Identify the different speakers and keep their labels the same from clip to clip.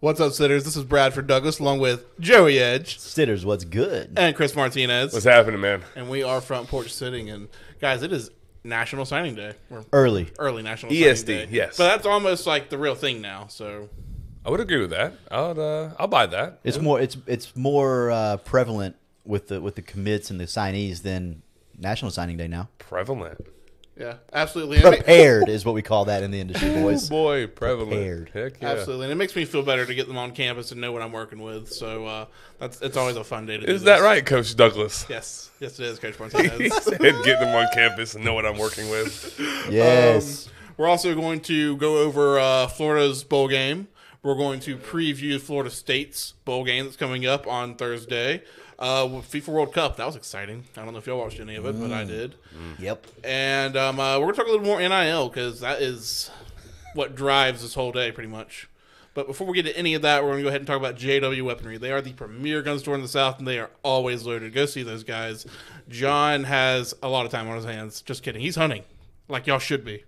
Speaker 1: What's up, sitters? This is Bradford Douglas along with Joey Edge
Speaker 2: Sitters, what's good?
Speaker 1: and Chris Martinez.
Speaker 3: What's happening, man?
Speaker 1: And we are front porch sitting. And guys, it is National Signing Day. Or
Speaker 2: Early.
Speaker 1: early National
Speaker 3: ESD,
Speaker 1: Signing Day.
Speaker 3: E yes.
Speaker 1: But that's almost like the real thing now. So
Speaker 3: I would agree with that. I'll uh, I'll buy that.
Speaker 2: It's more it's it's more uh, prevalent with the with the commits and the signees than National Signing Day now.
Speaker 3: Prevalent.
Speaker 1: yeah, absolutely. And it-
Speaker 2: Prepared is what we call that in the industry, boys.
Speaker 3: Boy, prevalent.
Speaker 2: Prepared.
Speaker 3: Heck yeah.
Speaker 1: Absolutely, and it makes me feel better to get them on campus and know what I'm working with. So uh, that's it's always a fun day to. do
Speaker 3: Is that
Speaker 1: this.
Speaker 3: right, Coach Douglas?
Speaker 1: Yes, yes, it is, Coach
Speaker 3: he
Speaker 1: Martinez.
Speaker 3: said, get them on campus and know what I'm working with.
Speaker 2: Yes.
Speaker 1: We're also going to go over uh, Florida's bowl game. We're going to preview Florida State's bowl game that's coming up on Thursday. Uh, with FIFA World Cup that was exciting. I don't know if y'all watched any of it, but I did.
Speaker 2: yep.
Speaker 1: And um, uh, we're gonna talk a little more NIL because that is what drives this whole day, pretty much. But before we get to any of that, we're gonna go ahead and talk about JW Weaponry. They are the premier gun store in the South, and they are always loaded. Go see those guys. John has a lot of time on his hands. Just kidding, he's hunting, like y'all should be.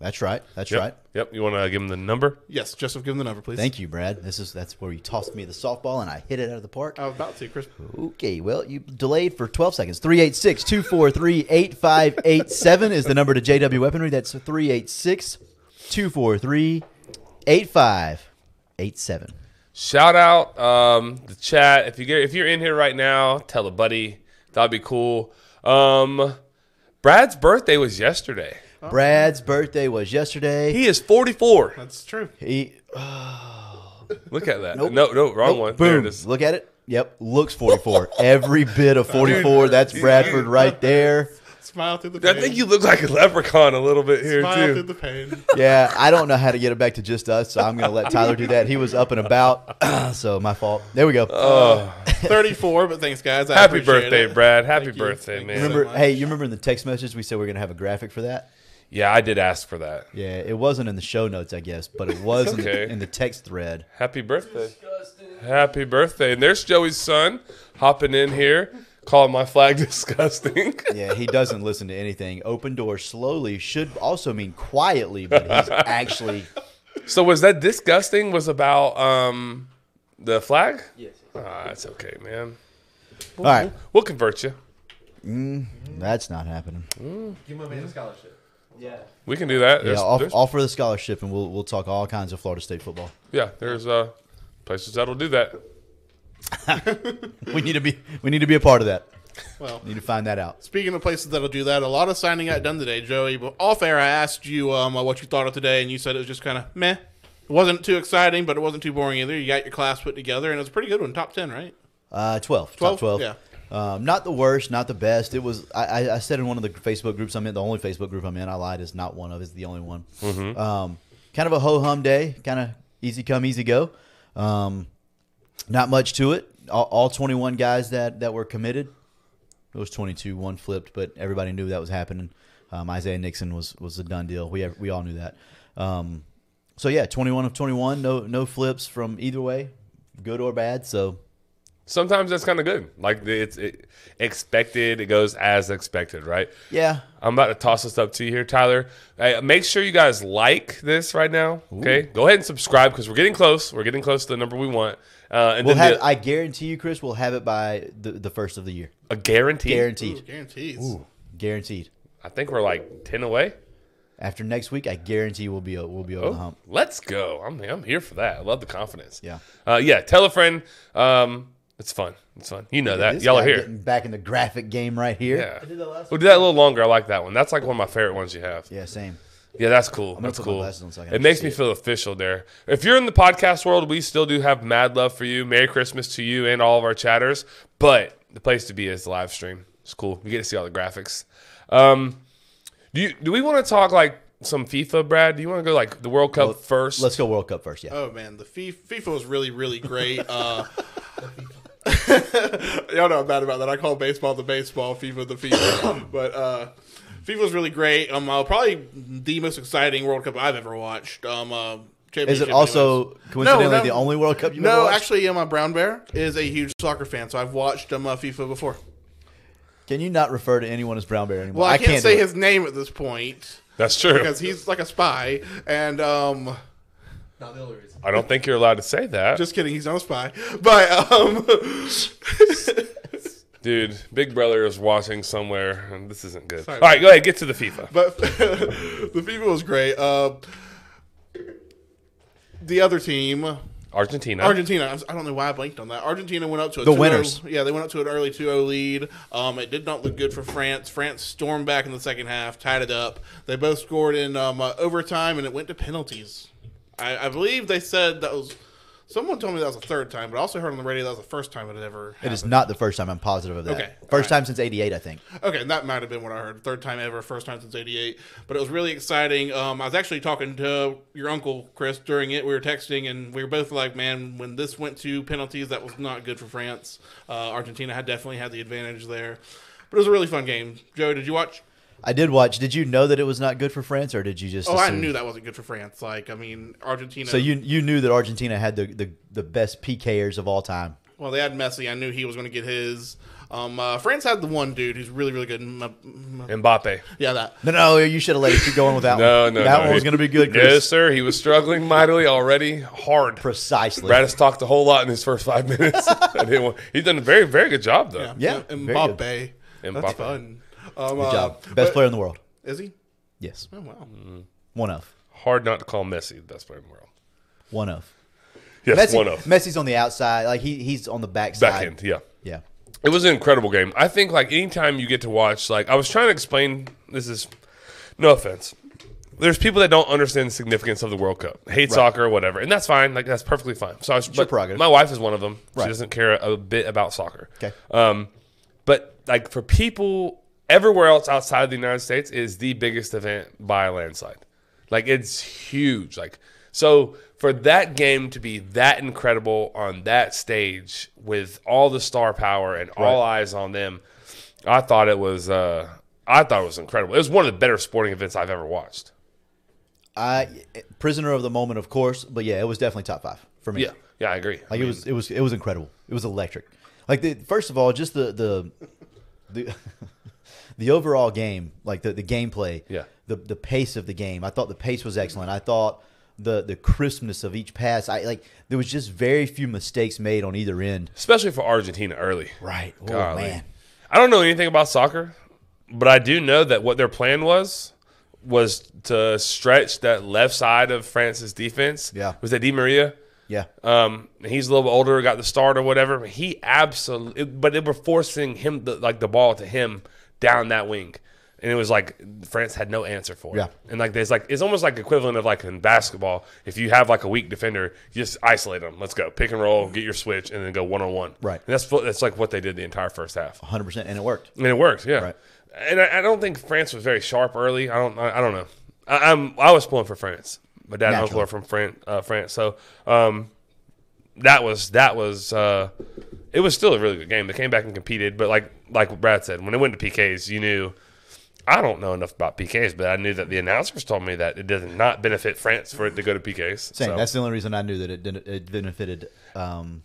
Speaker 2: That's right. That's
Speaker 3: Yep.
Speaker 2: right.
Speaker 3: Yep. You want to give him the number?
Speaker 1: Yes, Joseph, give him the number, please.
Speaker 2: Thank you, Brad. This is that's where you tossed me the softball and I hit it out of the park.
Speaker 1: I was about to, Chris.
Speaker 2: Okay, well, you delayed for 12 seconds. 386 243 8587 is the number to JW Weaponry. That's 386 243 8587.
Speaker 3: Shout out um, the chat. If you get if you're in here right now, tell a buddy. That'd be cool. Um, Brad's birthday was yesterday.
Speaker 2: Oh, Brad's birthday was yesterday.
Speaker 3: He is 44.
Speaker 1: That's true.
Speaker 2: He,
Speaker 3: Look at that. No, no, wrong one. There
Speaker 2: boom.
Speaker 3: it is.
Speaker 2: Look at it. Yep, looks 44. Every bit of 44. That's Bradford right there.
Speaker 1: Smile through the pain.
Speaker 3: I think you look like a leprechaun a little bit here
Speaker 1: smile
Speaker 3: too.
Speaker 1: through the pain.
Speaker 2: Yeah, I don't know how to get it back to just us, so I'm going to let Tyler do that. He was up and about, so my fault. There we go.
Speaker 3: Oh,
Speaker 1: Thirty-four, but thanks, guys. I
Speaker 3: Happy
Speaker 1: appreciate
Speaker 3: birthday,
Speaker 1: it.
Speaker 3: Brad. Happy
Speaker 1: Thank you.
Speaker 3: birthday,
Speaker 1: Thank you
Speaker 3: man.
Speaker 1: so
Speaker 2: remember,
Speaker 1: much.
Speaker 2: hey, you remember in the text message we said we are going to have a graphic for that?
Speaker 3: Yeah, I did ask for that.
Speaker 2: Yeah, it wasn't in the show notes, I guess, but it was in,
Speaker 3: okay.
Speaker 2: the, in the text thread.
Speaker 3: Happy birthday. Happy birthday. And there's Joey's son hopping in here, calling my flag disgusting.
Speaker 2: Yeah, he doesn't listen to anything. Open door slowly should also mean quietly, but he's actually
Speaker 3: so was that disgusting was about um the flag? Yes. Ah, that's okay, man.
Speaker 2: all right.
Speaker 3: We'll convert you.
Speaker 2: That's not happening.
Speaker 4: Give my man a scholarship. Yeah.
Speaker 3: We can do that.
Speaker 2: Yeah,
Speaker 3: There's,
Speaker 2: off,
Speaker 3: there's,
Speaker 2: offer the scholarship, and we'll we'll talk all kinds of Florida State football.
Speaker 3: yeah, there's uh places that'll do that.
Speaker 2: We need to be we need to be a part of that.
Speaker 1: Well,
Speaker 2: Need to find that out.
Speaker 1: Speaking of places that'll do that, a lot of signing got done today, Joey. But off air, I asked you um, what you thought of today, and you said it was just kind of meh. It wasn't too exciting, but it wasn't too boring either. You got your class put together, and it was a pretty good one, top ten, right?
Speaker 2: Uh, 12,
Speaker 1: 12?
Speaker 2: Top 12.
Speaker 1: Yeah.
Speaker 2: Um, not the worst, not the best. It was, I, I, I said in one of the Facebook groups I'm in, the only Facebook group I'm in, I lied, is not one of, it's the only one. Um, kind of a ho hum day, kind of easy come, easy go. Um, not much to it. All, all 21 guys that, that were committed, it was 22, one flipped, but everybody knew that was happening. Um, Isaiah Nixon was, was a done deal. We, we all knew that. Um, so yeah, 21 of 21, no, no flips from either way, good or bad. So
Speaker 3: Sometimes that's kind of good. Like it's it, expected. It goes as expected, right?
Speaker 2: yeah,
Speaker 3: I'm about to toss this up to you here, Tyler. Hey, make sure you guys like this right now. Okay, go ahead and subscribe because we're getting close. We're getting close to the number we want. Uh, and
Speaker 2: We'll
Speaker 3: then
Speaker 2: have.
Speaker 3: the,
Speaker 2: I guarantee you, Chris. We'll have it by the, the first of the year.
Speaker 3: a guarantee.
Speaker 2: Guaranteed.
Speaker 1: Ooh, guarantees.
Speaker 2: Guaranteed.
Speaker 3: I think we're like ten away.
Speaker 2: After next week, I guarantee we'll be o- we'll be over
Speaker 3: Oh,
Speaker 2: the hump.
Speaker 3: Let's go. I'm I'm here for that. I love the confidence.
Speaker 2: Yeah.
Speaker 3: Uh, yeah. Tell a friend. Um, it's fun. It's fun. You know that.
Speaker 2: This
Speaker 3: Y'all
Speaker 2: guy
Speaker 3: are here.
Speaker 2: Getting back in the graphic game right here.
Speaker 3: yeah.
Speaker 4: did that last
Speaker 3: We did that a little longer. I like that one. That's like one of my favorite ones you have.
Speaker 2: Yeah, Same.
Speaker 3: Yeah, that's cool.
Speaker 2: gonna
Speaker 3: That's
Speaker 2: put my
Speaker 3: cool.
Speaker 2: glasses on so I can
Speaker 3: it makes
Speaker 2: actually
Speaker 3: me
Speaker 2: see
Speaker 3: feel official there. If you're in the podcast world, we still do have mad love for you. Merry Christmas to you and all of our chatters. But the place to be is the live stream. It's cool. You get to see all the graphics. Um, do you, do we want to talk like some FIFA, Brad? Do you want to go like the World Cup first?
Speaker 2: Let's go World Cup first. Yeah.
Speaker 1: Oh man, the Fi- FIFA was really, really great. Uh, y'all know I'm bad about that. I call baseball the baseball, FIFA the FIFA. but uh, FIFA was really great. Um, uh, probably the most exciting World Cup I've ever watched. Um, uh,
Speaker 2: Is
Speaker 1: championship
Speaker 2: it also
Speaker 1: anyways.
Speaker 2: coincidentally
Speaker 1: that-
Speaker 2: the only World Cup you've ever
Speaker 1: No,
Speaker 2: watched?
Speaker 1: actually, yeah, my brown bear is a huge soccer fan, so I've watched um, uh, FIFA before.
Speaker 2: Can you not refer to anyone as Brown Bear anymore?
Speaker 1: Well, I, can't,
Speaker 2: do
Speaker 1: say
Speaker 2: it.
Speaker 1: his name at this point
Speaker 3: That's true.
Speaker 1: because he's like a spy, and um,
Speaker 4: Not the only reason.
Speaker 3: I don't think you're allowed to say that.
Speaker 1: Just kidding. He's not a spy. But um,
Speaker 3: Dude, Big Brother is watching somewhere, and this isn't good.
Speaker 1: Sorry.
Speaker 3: All right, go ahead, get to the FIFA.
Speaker 1: but the FIFA was great. Uh, the other team,
Speaker 3: Argentina.
Speaker 1: Argentina. I'm s- I don't know why I blanked on that. Argentina went up to a
Speaker 2: The
Speaker 1: 2-0
Speaker 2: winners.
Speaker 1: Yeah, they went up to an early 2-0 lead. Um, it did not look good for France. France stormed back in the second half, tied it up. They both scored in um, uh, overtime, and it went to penalties. I, I believe they said that was. Someone told me that was the third time, but I also heard on the radio that was the first time it had ever.
Speaker 2: It is not the first time. I'm positive of that.
Speaker 1: Okay,
Speaker 2: First
Speaker 1: all right.
Speaker 2: time since '88, I think.
Speaker 1: Okay, that might have been what I heard. Third time ever, first time since '88. But it was really exciting. Um, I was actually talking to your uncle Chris during it. We were texting, and we were both like, "Man, when this went to penalties, that was not good for France. Uh, Argentina had definitely had the advantage there." But it was a really fun game. Joe, did you watch?
Speaker 2: I did watch. Did you know that it was not good for France, or did you just?
Speaker 1: Oh, I
Speaker 2: assume-
Speaker 1: knew that wasn't good for France. Like, I mean, Argentina.
Speaker 2: So you you knew that Argentina had the the, the best PKers of all time.
Speaker 1: Well, they had Messi. I knew he was going to get his. Um, uh, France had the one dude who's really, really good. M- m-
Speaker 3: Mbappe.
Speaker 1: yeah, that.
Speaker 2: No, no, you should have let it keep going with that
Speaker 3: No,
Speaker 2: one.
Speaker 3: no,
Speaker 2: that
Speaker 3: no.
Speaker 2: one was going to be good, Chris.
Speaker 3: Yes, sir. He was struggling mightily already, hard.
Speaker 2: Precisely.
Speaker 3: Radis talked a whole lot in his first five minutes. I didn't want, he's done a very, very good job, though.
Speaker 2: Yeah, very
Speaker 1: Mbappe. That's
Speaker 3: Mbappe.
Speaker 1: fun. Um,
Speaker 2: Good
Speaker 1: uh,
Speaker 2: job. Best
Speaker 1: but-
Speaker 2: player in the world.
Speaker 1: Is he?
Speaker 2: Yes,
Speaker 1: Oh, wow.
Speaker 2: one of,
Speaker 3: Hard not to call Messi the best player in the world.
Speaker 2: one of.
Speaker 3: Yes,
Speaker 2: Messi,
Speaker 3: one of.
Speaker 2: Messi's on the outside, like he he's on the backside.
Speaker 3: Back end, yeah.
Speaker 2: Yeah,
Speaker 3: It was an incredible game. I think like anytime you get to watch, like I was trying to explain this is no offense. There's people that don't understand the significance of the World Cup, hate soccer, whatever, and that's fine. Like that's perfectly fine. So I was, but
Speaker 2: prerogative.
Speaker 3: my wife is one of them.
Speaker 2: Right.
Speaker 3: She doesn't care a bit about soccer.
Speaker 2: Okay.
Speaker 3: Um, but like for people everywhere else outside of the United States, it is the biggest event by a landslide. Like it's huge. Like so for that game to be that incredible on that stage with all the star power and all eyes on them, I thought it was. Uh, I thought it was incredible. It was one of the better sporting events I've ever watched.
Speaker 2: I prisoner of the moment, of course, but yeah, it was definitely top five for me.
Speaker 3: Yeah, yeah, I agree.
Speaker 2: Like it was, it was, it was incredible. It was electric. Like the, first of all, just the the the, the overall game, like the the gameplay,
Speaker 3: Yeah.
Speaker 2: the the pace of the game. I thought the pace was excellent. I thought the the crispness of each pass. I like there was just very few mistakes made on either end.
Speaker 3: especially for Argentina early.
Speaker 2: Right. Oh
Speaker 3: Golly.
Speaker 2: man.
Speaker 3: I don't know anything about soccer, but I do know that what their plan was was to stretch that left side of France's defense.
Speaker 2: Yeah.
Speaker 3: Was that Di Maria?
Speaker 2: Yeah.
Speaker 3: Um, he's a little bit older, got the start or whatever. He absolutely, but they were forcing him the, like the ball to him down that wing, and it was like France had no answer for it.
Speaker 2: Yeah.
Speaker 3: and like there's like it's almost like equivalent of like in basketball, if you have like a weak defender, you just isolate them. Let's go pick and roll, get your switch, and then go one on one.
Speaker 2: Right.
Speaker 3: and that's fu- that's like what they did the entire first half.
Speaker 2: Hundred percent, and it worked.
Speaker 3: And it works, yeah.
Speaker 2: Right.
Speaker 3: And I, I don't think France was very sharp early. I don't. I, I don't know. I, I'm. I was pulling for France. My dad and uncle
Speaker 2: Naturally.
Speaker 3: are from France. Uh, France. So um, that was that was. Uh, it was still a really good game. They came back and competed, but like like what Brad said, when it went to PKs, you knew. I don't know enough about PKs, but I knew that the announcers told me that it does not benefit France for it to go to PKs.
Speaker 2: Same.
Speaker 3: So-
Speaker 2: That's the only reason I knew that it didn't. It benefited. Um,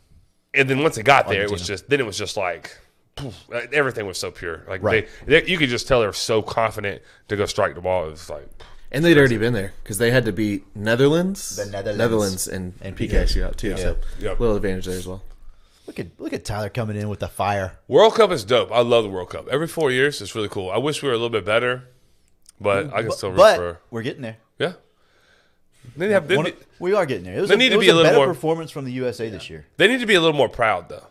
Speaker 3: and then once it got there, it was
Speaker 2: Argentina.
Speaker 3: just then it was just like poof, like, everything was so pure. Like
Speaker 2: Right.
Speaker 3: they, they, you could just tell they were so confident to go strike the ball. It was like
Speaker 5: And they'd already been there because they had to beat Netherlands,
Speaker 2: The Netherlands.
Speaker 5: and,
Speaker 2: And
Speaker 5: and
Speaker 2: PK.
Speaker 5: PK shootout too. So
Speaker 3: Yeah.
Speaker 5: little advantage there as well.
Speaker 2: look at look at Tyler coming in with the fire.
Speaker 3: World Cup is dope. I love the World Cup. Every four years, it's really cool. I wish we were a little bit better, but I can still root
Speaker 2: But
Speaker 3: for
Speaker 2: we're getting there.
Speaker 3: yeah. They have they,
Speaker 2: One- we are getting there. It was
Speaker 3: They
Speaker 2: a,
Speaker 3: need
Speaker 2: it
Speaker 3: to
Speaker 2: was
Speaker 3: be a little
Speaker 2: better
Speaker 3: more-
Speaker 2: performance from the USA this year.
Speaker 3: they need to be a little more proud though.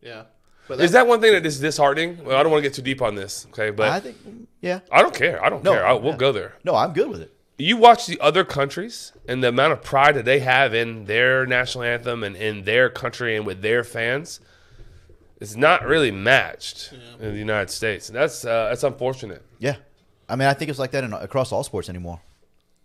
Speaker 1: Yeah. But
Speaker 3: Is that one thing that is disheartening? Well, I don't want to get too deep on this, okay? But
Speaker 2: I
Speaker 3: I,
Speaker 2: think, yeah.
Speaker 3: don't care. I don't
Speaker 2: No,
Speaker 3: care. I, we'll
Speaker 2: yeah.
Speaker 3: go there.
Speaker 2: No, I'm good with it.
Speaker 3: you watch the other countries and the amount of pride that they have in their national anthem and in their country and with their fans it's not really matched in the United States. And that's uh, that's unfortunate
Speaker 2: Yeah. I mean, I think it's like that in, across all sports anymore.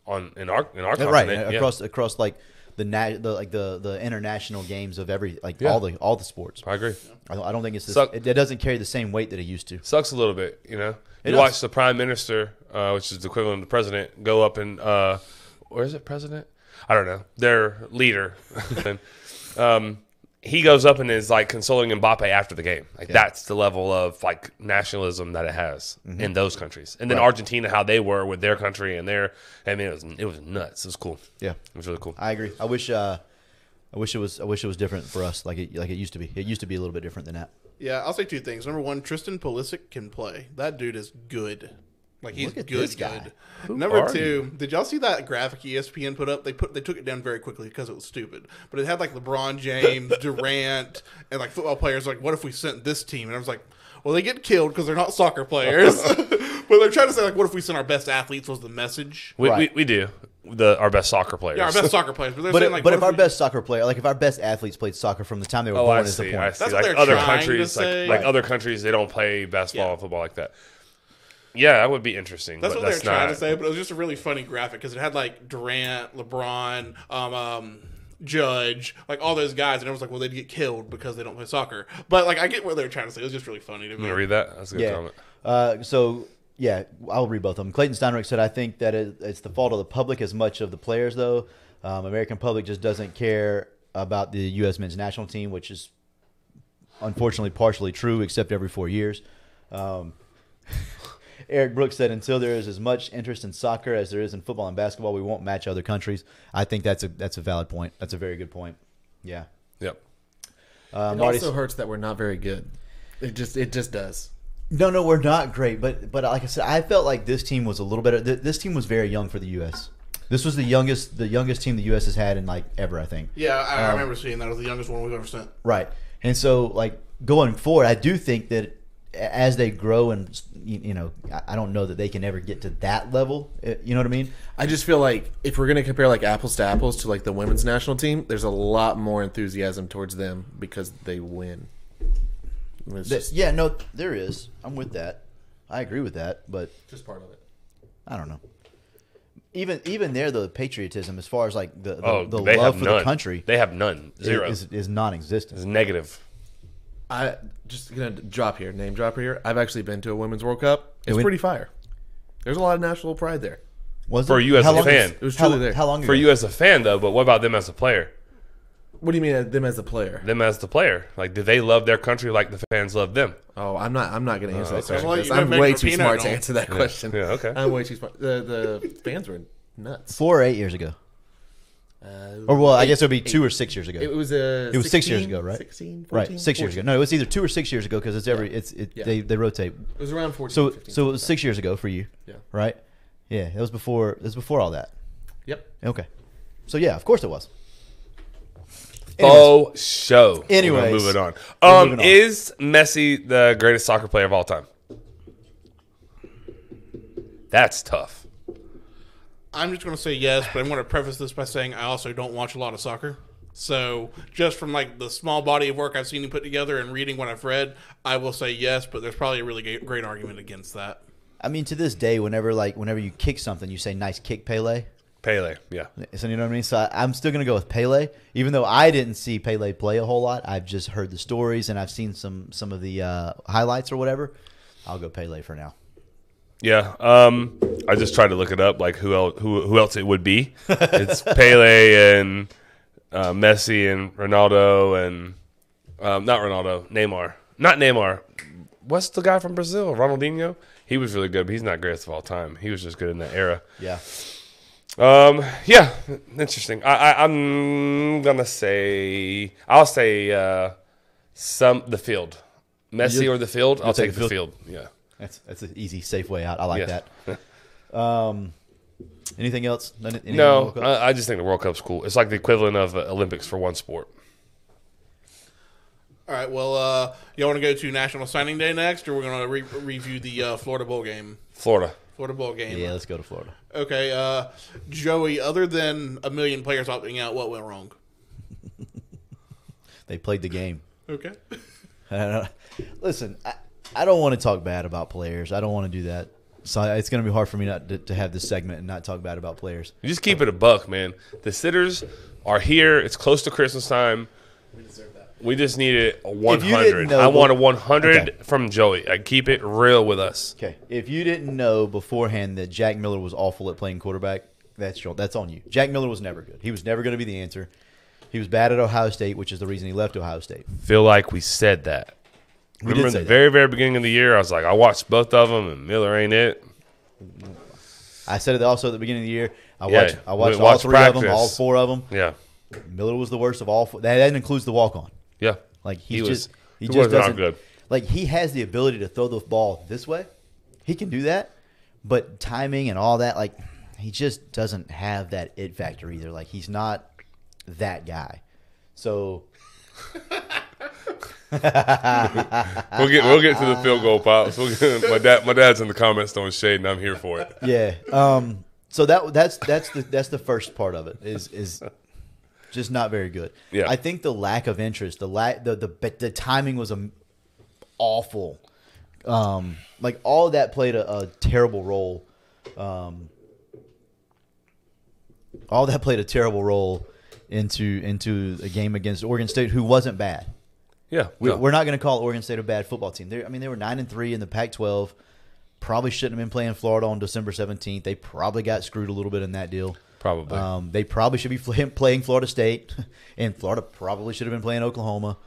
Speaker 3: on in our in our
Speaker 2: Yeah,
Speaker 3: continent.
Speaker 2: right. uh,
Speaker 3: yeah.
Speaker 2: Across across like the, na- the like the the international games of every like
Speaker 3: Yeah.
Speaker 2: all the all the sports.
Speaker 3: I agree.
Speaker 2: I don't, I don't think it's this,
Speaker 3: Suck-
Speaker 2: it, it doesn't carry the same weight that it used to.
Speaker 3: Sucks a little bit, you know.
Speaker 2: It
Speaker 3: you
Speaker 2: does.
Speaker 3: watch the prime minister, uh, which is the equivalent of the president, go up and uh, or is it president? I don't know. Their leader. um, he goes up and is like consoling Mbappe after the game. Like that's the level of like nationalism that it has
Speaker 2: Mm-hmm.
Speaker 3: in those countries. And then Argentina, how they were with their country and their. I mean, it was it was nuts. It was cool.
Speaker 2: Yeah.
Speaker 3: it was really cool.
Speaker 2: I agree. I wish. Uh, I wish it was. I wish it was different for us, like it like it used to be. It used to be a little bit different than that.
Speaker 1: Yeah, I'll say two things. Number one, Tristan Pulisic can play. That dude is good. Like he's
Speaker 2: Look at
Speaker 1: good,
Speaker 2: this guy.
Speaker 1: good. Number
Speaker 3: are
Speaker 1: two, did y'all see that graphic E ESPN put up? They put they took it down very quickly because it was stupid. But it had like LeBron James, Durant, and like football players. Like, what if we sent this team? And I was like, well, they get killed because they're not soccer players. but they're trying to say like, what if we sent our best athletes? Was the message?
Speaker 3: We,
Speaker 2: Right.
Speaker 3: we, we do the our best soccer players.
Speaker 1: Yeah, our best soccer players. But they're
Speaker 2: But
Speaker 1: saying
Speaker 2: if-
Speaker 1: like,
Speaker 2: but
Speaker 1: what
Speaker 2: if our
Speaker 1: we-
Speaker 2: best soccer player, like if our best athletes played soccer from the time they were
Speaker 3: Oh,
Speaker 2: born,
Speaker 3: I
Speaker 2: is the
Speaker 3: see.
Speaker 2: point.
Speaker 3: I see.
Speaker 1: That's what
Speaker 3: like
Speaker 1: they're
Speaker 3: other
Speaker 1: trying to
Speaker 3: countries, like
Speaker 1: say.
Speaker 3: like
Speaker 1: Right.
Speaker 3: other countries, they don't play basketball
Speaker 1: Yeah.
Speaker 3: and football like that. Yeah, that would be interesting.
Speaker 1: That's
Speaker 3: but
Speaker 1: what they're
Speaker 3: that's
Speaker 1: trying
Speaker 3: not-
Speaker 1: to say, but it was just a really funny graphic because it had like Durant, LeBron, um, um, Judge, like all those guys, and it was like, well, they'd get killed because they don't play soccer. But like, I get what they're trying to say. It was just really funny to
Speaker 3: You
Speaker 1: me.
Speaker 3: wanna read that? That's a good comment.
Speaker 2: Uh, so yeah, I'll read both of them. Clayton Steinrich said, "I think that it, it's the fault of the public as much of the players, though. Um, American public just doesn't care about the U.S. men's national team, which is unfortunately partially true, except every four years." Um, Eric Brooks said, "Until there is as much interest in soccer as there is in football and basketball, we won't match other countries." I think that's a that's a valid point. That's a very good point. Yeah.
Speaker 3: Yep.
Speaker 2: Um,
Speaker 5: It
Speaker 2: Marty-
Speaker 5: also hurts that we're not very good. It just it just does.
Speaker 2: No, no, we're not great, but but like I said, I felt like this team was a little better. Th- this team was very young for the U.S. This was the youngest, the youngest team the U.S. has had in like ever, I think.
Speaker 1: Yeah, I,
Speaker 3: um,
Speaker 1: I remember seeing that. It was the youngest one we've ever sent.
Speaker 2: Right, and so like going forward, I do think that a- as they grow and s- you you know, I- I don't know that they can ever get to that level. eh, You know what I mean?
Speaker 5: I just feel like if we're gonna compare like apples to apples to like the women's national team, there's a lot more enthusiasm towards them because they win. It's
Speaker 2: Th-
Speaker 5: just,
Speaker 2: yeah, no, there is. I'm with that. I agree with that, but
Speaker 5: just part of it.
Speaker 2: I don't know. Even even there, the patriotism as far as like the the,
Speaker 3: Oh,
Speaker 2: the
Speaker 3: they
Speaker 2: love
Speaker 3: have
Speaker 2: for
Speaker 3: none.
Speaker 2: the country
Speaker 3: They have none. Zero.
Speaker 2: is is non-existent.
Speaker 3: it's negative.
Speaker 5: I just gonna drop here, name drop here. I've actually been to a women's World Cup. It's
Speaker 2: we-
Speaker 5: pretty fire. There's a lot of national pride there.
Speaker 2: Was
Speaker 3: For
Speaker 2: it?
Speaker 3: you as
Speaker 2: How
Speaker 3: a
Speaker 2: long
Speaker 3: fan.
Speaker 5: It was
Speaker 2: how,
Speaker 5: truly there.
Speaker 2: How long
Speaker 3: For
Speaker 2: ago?
Speaker 3: you as a fan, though, but what about them as a player?
Speaker 5: What do you mean uh, them as a player?
Speaker 3: Them as the player. Like, do they love their country like the fans love them?
Speaker 5: Oh, I'm not. I'm not gonna answer that
Speaker 3: okay.
Speaker 5: question.
Speaker 1: Well, you
Speaker 5: 'cause
Speaker 1: know,
Speaker 5: I'm
Speaker 1: Megan
Speaker 5: way too
Speaker 1: Rapinoe
Speaker 5: smart to
Speaker 1: don't.
Speaker 5: answer that question.
Speaker 3: Yeah, okay.
Speaker 5: I'm way too smart. The the fans were nuts.
Speaker 2: Four or eight years ago.
Speaker 5: Uh,
Speaker 2: Or well, I guess it would be two or six years ago.
Speaker 5: It was uh, a.
Speaker 2: It was six years ago, right?
Speaker 5: 16,
Speaker 2: right, six years ago. No, it was either two or six years ago because it's every it's it,
Speaker 5: Yeah.
Speaker 2: they they rotate.
Speaker 5: It was around 14.
Speaker 2: So
Speaker 5: 15.
Speaker 2: so it was six years ago for you.
Speaker 5: Yeah.
Speaker 2: Right. Yeah, it was before. It was before all that.
Speaker 5: Yep.
Speaker 2: Okay. So yeah, of course it was.
Speaker 3: Oh, show.
Speaker 2: Anyways.
Speaker 3: We're moving on.
Speaker 2: We're
Speaker 3: Um,
Speaker 2: moving on.
Speaker 3: Is Messi the greatest soccer player of all time? That's tough.
Speaker 1: I'm just going to say yes, but I'm going to preface this by saying I also don't watch a lot of soccer. So just from like the small body of work I've seen him put together and reading what I've read, I will say yes, but there's probably a really ga- great argument against that.
Speaker 2: I mean, to this day, whenever like whenever you kick something, you say "nice kick, Pele."
Speaker 3: Pele. Yeah.
Speaker 2: So you know what I mean. So I, I'm still gonna go with Pele, even though I didn't see Pele play a whole lot. I've just heard the stories and I've seen some some of the uh, highlights or whatever. I'll go Pele for now.
Speaker 3: Yeah. Um, I just tried to look it up, like who else, who, who else it would be. It's Pele and uh, Messi and Ronaldo and um, not Ronaldo, Neymar. Not Neymar. What's the guy from Brazil? Ronaldinho. He was really good, but he's not greatest of all time. He was just good in that era.
Speaker 2: Yeah.
Speaker 3: Um, yeah, interesting. I, I I'm gonna say I'll say uh, some the field, Messi
Speaker 2: You'll-
Speaker 3: or the field. I'll
Speaker 2: take
Speaker 3: take the
Speaker 2: the
Speaker 3: field. Yeah,
Speaker 2: That's that's an easy, safe way out. I like
Speaker 3: Yeah.
Speaker 2: that. Um, anything else? None- anything
Speaker 3: No,
Speaker 2: else?
Speaker 3: I, I just think the World Cup's cool. It's like the equivalent of uh, Olympics for one sport.
Speaker 1: All right. Well, uh, y'all want to go to National Signing Day next, or we're gonna re- review the uh, Florida Bowl game?
Speaker 3: Florida.
Speaker 1: Florida Bowl game.
Speaker 2: yeah, let's go to Florida.
Speaker 1: Okay, uh, Joey. Other than a million players opting out, what went wrong?
Speaker 2: They played the game.
Speaker 1: Okay.
Speaker 2: I don't- Listen, I, I don't want to talk bad about players. I don't want to do that. So I- it's going to be hard for me not to, to have this segment and not talk bad about players.
Speaker 3: You just keep it a buck, man. The sitters are here. It's close to Christmas time. We just needed a
Speaker 2: didn't
Speaker 3: 100.
Speaker 2: know-
Speaker 3: I want a 100
Speaker 2: Okay.
Speaker 3: from Joey. I keep it real with us.
Speaker 2: Okay, if you didn't know beforehand that Jack Miller was awful at playing quarterback, that's your, that's on you. Jack Miller was never good. He was never going to be the answer. He was bad at Ohio State, which is the reason he left Ohio State.
Speaker 3: Feel like we said that.
Speaker 2: We
Speaker 3: Remember
Speaker 2: did
Speaker 3: in
Speaker 2: say
Speaker 3: the
Speaker 2: that.
Speaker 3: very, very beginning of the year, I was like, I watched both of them, and Miller ain't it.
Speaker 2: I said it also at the beginning of the year. I
Speaker 3: Yeah,
Speaker 2: watched I watched
Speaker 3: we
Speaker 2: all
Speaker 3: watched
Speaker 2: three of them,
Speaker 3: practice.
Speaker 2: all four of them.
Speaker 3: Yeah,
Speaker 2: Miller was the worst of all four. That, that includes the walk on.
Speaker 3: yeah.
Speaker 2: Like he's
Speaker 3: He was-
Speaker 2: just he,
Speaker 3: he
Speaker 2: just
Speaker 3: was not
Speaker 2: doesn't
Speaker 3: good.
Speaker 2: like he has the ability to throw the ball this way. He can do that, but timing and all that like he just doesn't have that it factor either. Like he's not that guy. So
Speaker 3: We'll get we'll get to the field goal pops. We'll get, my dad my dad's in the comments throwing shade, and I'm here for it.
Speaker 2: yeah. Um so that that's that's the that's the first part of it is is just not very good.
Speaker 3: Yeah.
Speaker 2: I think the lack of interest, the lack the the but the timing was um, awful. Um like all of that played a, a terrible role. Um all that played a terrible role into into a game against Oregon State who wasn't bad.
Speaker 3: Yeah,
Speaker 2: We,
Speaker 3: no.
Speaker 2: We're not going to call Oregon State a bad football team. They're, I mean, they were nine and three in the Pac-12. Probably shouldn't have been playing Florida on December seventeenth. They probably got screwed a little bit in that deal.
Speaker 3: Probably.
Speaker 2: Um, they probably should be playing, playing Florida State, and Florida probably should have been playing Oklahoma.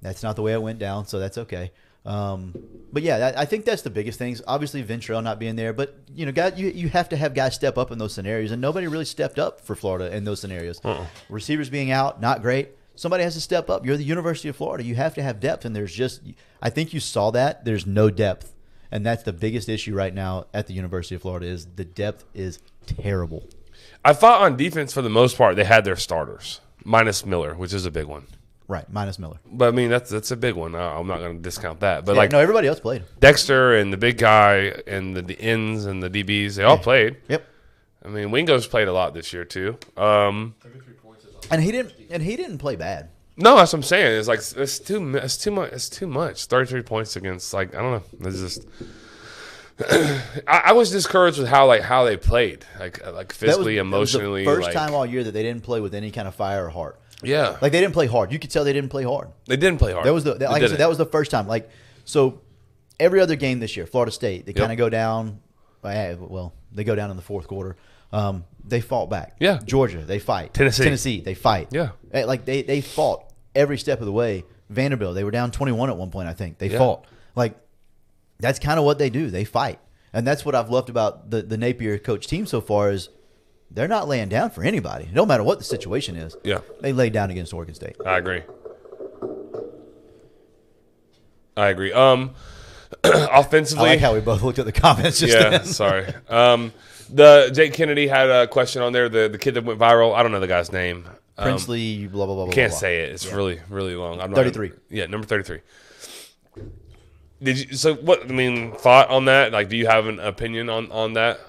Speaker 2: That's not the way it went down, so that's okay. Um, but yeah, I, I think that's the biggest things. Obviously, Ventrell not being there, but you know, guys, you, you have to have guys step up in those scenarios, and nobody really stepped up for Florida in those scenarios. Receivers being out, not great. Somebody has to step up. You're the University of Florida. You have to have depth, and there's just, I think you saw that. There's no depth, and that's the biggest issue right now at the University of Florida is the depth is terrible.
Speaker 3: I thought on defense for the most part they had their starters minus Miller, which is a big one.
Speaker 2: Right, minus Miller.
Speaker 3: But I mean that's that's a big one. I- I'm not going to discount that. But
Speaker 2: Yeah,
Speaker 3: like
Speaker 2: no, everybody else played.
Speaker 3: Dexter and the big guy and the, the ends and the DBs, they all played.
Speaker 2: Yep.
Speaker 3: I mean Wingo's played a lot this year too. Um,
Speaker 2: And he didn't. And he didn't play bad.
Speaker 3: no, that's what I'm saying. It's like it's too mu- it's too much it's too much. 33 points against like I don't know. It's just. I, I was discouraged with how like how they played, like uh, like physically,
Speaker 2: that was
Speaker 3: emotionally.
Speaker 2: the first
Speaker 3: like-
Speaker 2: time all year that they didn't play with any kind of fire or heart.
Speaker 3: yeah,
Speaker 2: Like they didn't play hard. You could tell they didn't play hard.
Speaker 3: they didn't play hard.
Speaker 2: That was the
Speaker 3: They
Speaker 2: that, like I
Speaker 3: didn't.
Speaker 2: said, that was the first time. Like so, every other game this year, Florida State, they
Speaker 3: Yep.
Speaker 2: kind of go down. eh, Well, they go down in the fourth quarter. Um, they fought back.
Speaker 3: Yeah.
Speaker 2: Georgia, they fight.
Speaker 3: Tennessee.
Speaker 2: Tennessee, they fight.
Speaker 3: Yeah.
Speaker 2: Eh, like they they fought every step of the way. Vanderbilt, they were down twenty one at one point. I think they
Speaker 3: Yeah.
Speaker 2: fought. Like that's kind of what they do. They fight, and that's what I've loved about the the Napier coach team so far is. They're not laying down for anybody, no matter what the situation is.
Speaker 3: Yeah.
Speaker 2: they laid down against Oregon State.
Speaker 3: I agree. I agree. Um, offensively,
Speaker 2: I like how we both looked at the comments. Just
Speaker 3: yeah.
Speaker 2: then.
Speaker 3: sorry. Um, the Jake Kennedy had a question on there. The the kid that went viral. I don't know the guy's name. Um,
Speaker 2: Princely, blah blah blah. blah
Speaker 3: can't
Speaker 2: blah.
Speaker 3: say it. It's really really long. I'm not
Speaker 2: 33.
Speaker 3: yeah, number thirty three. Did you? So what? I mean, thought on that? Like, do you have an opinion on on that?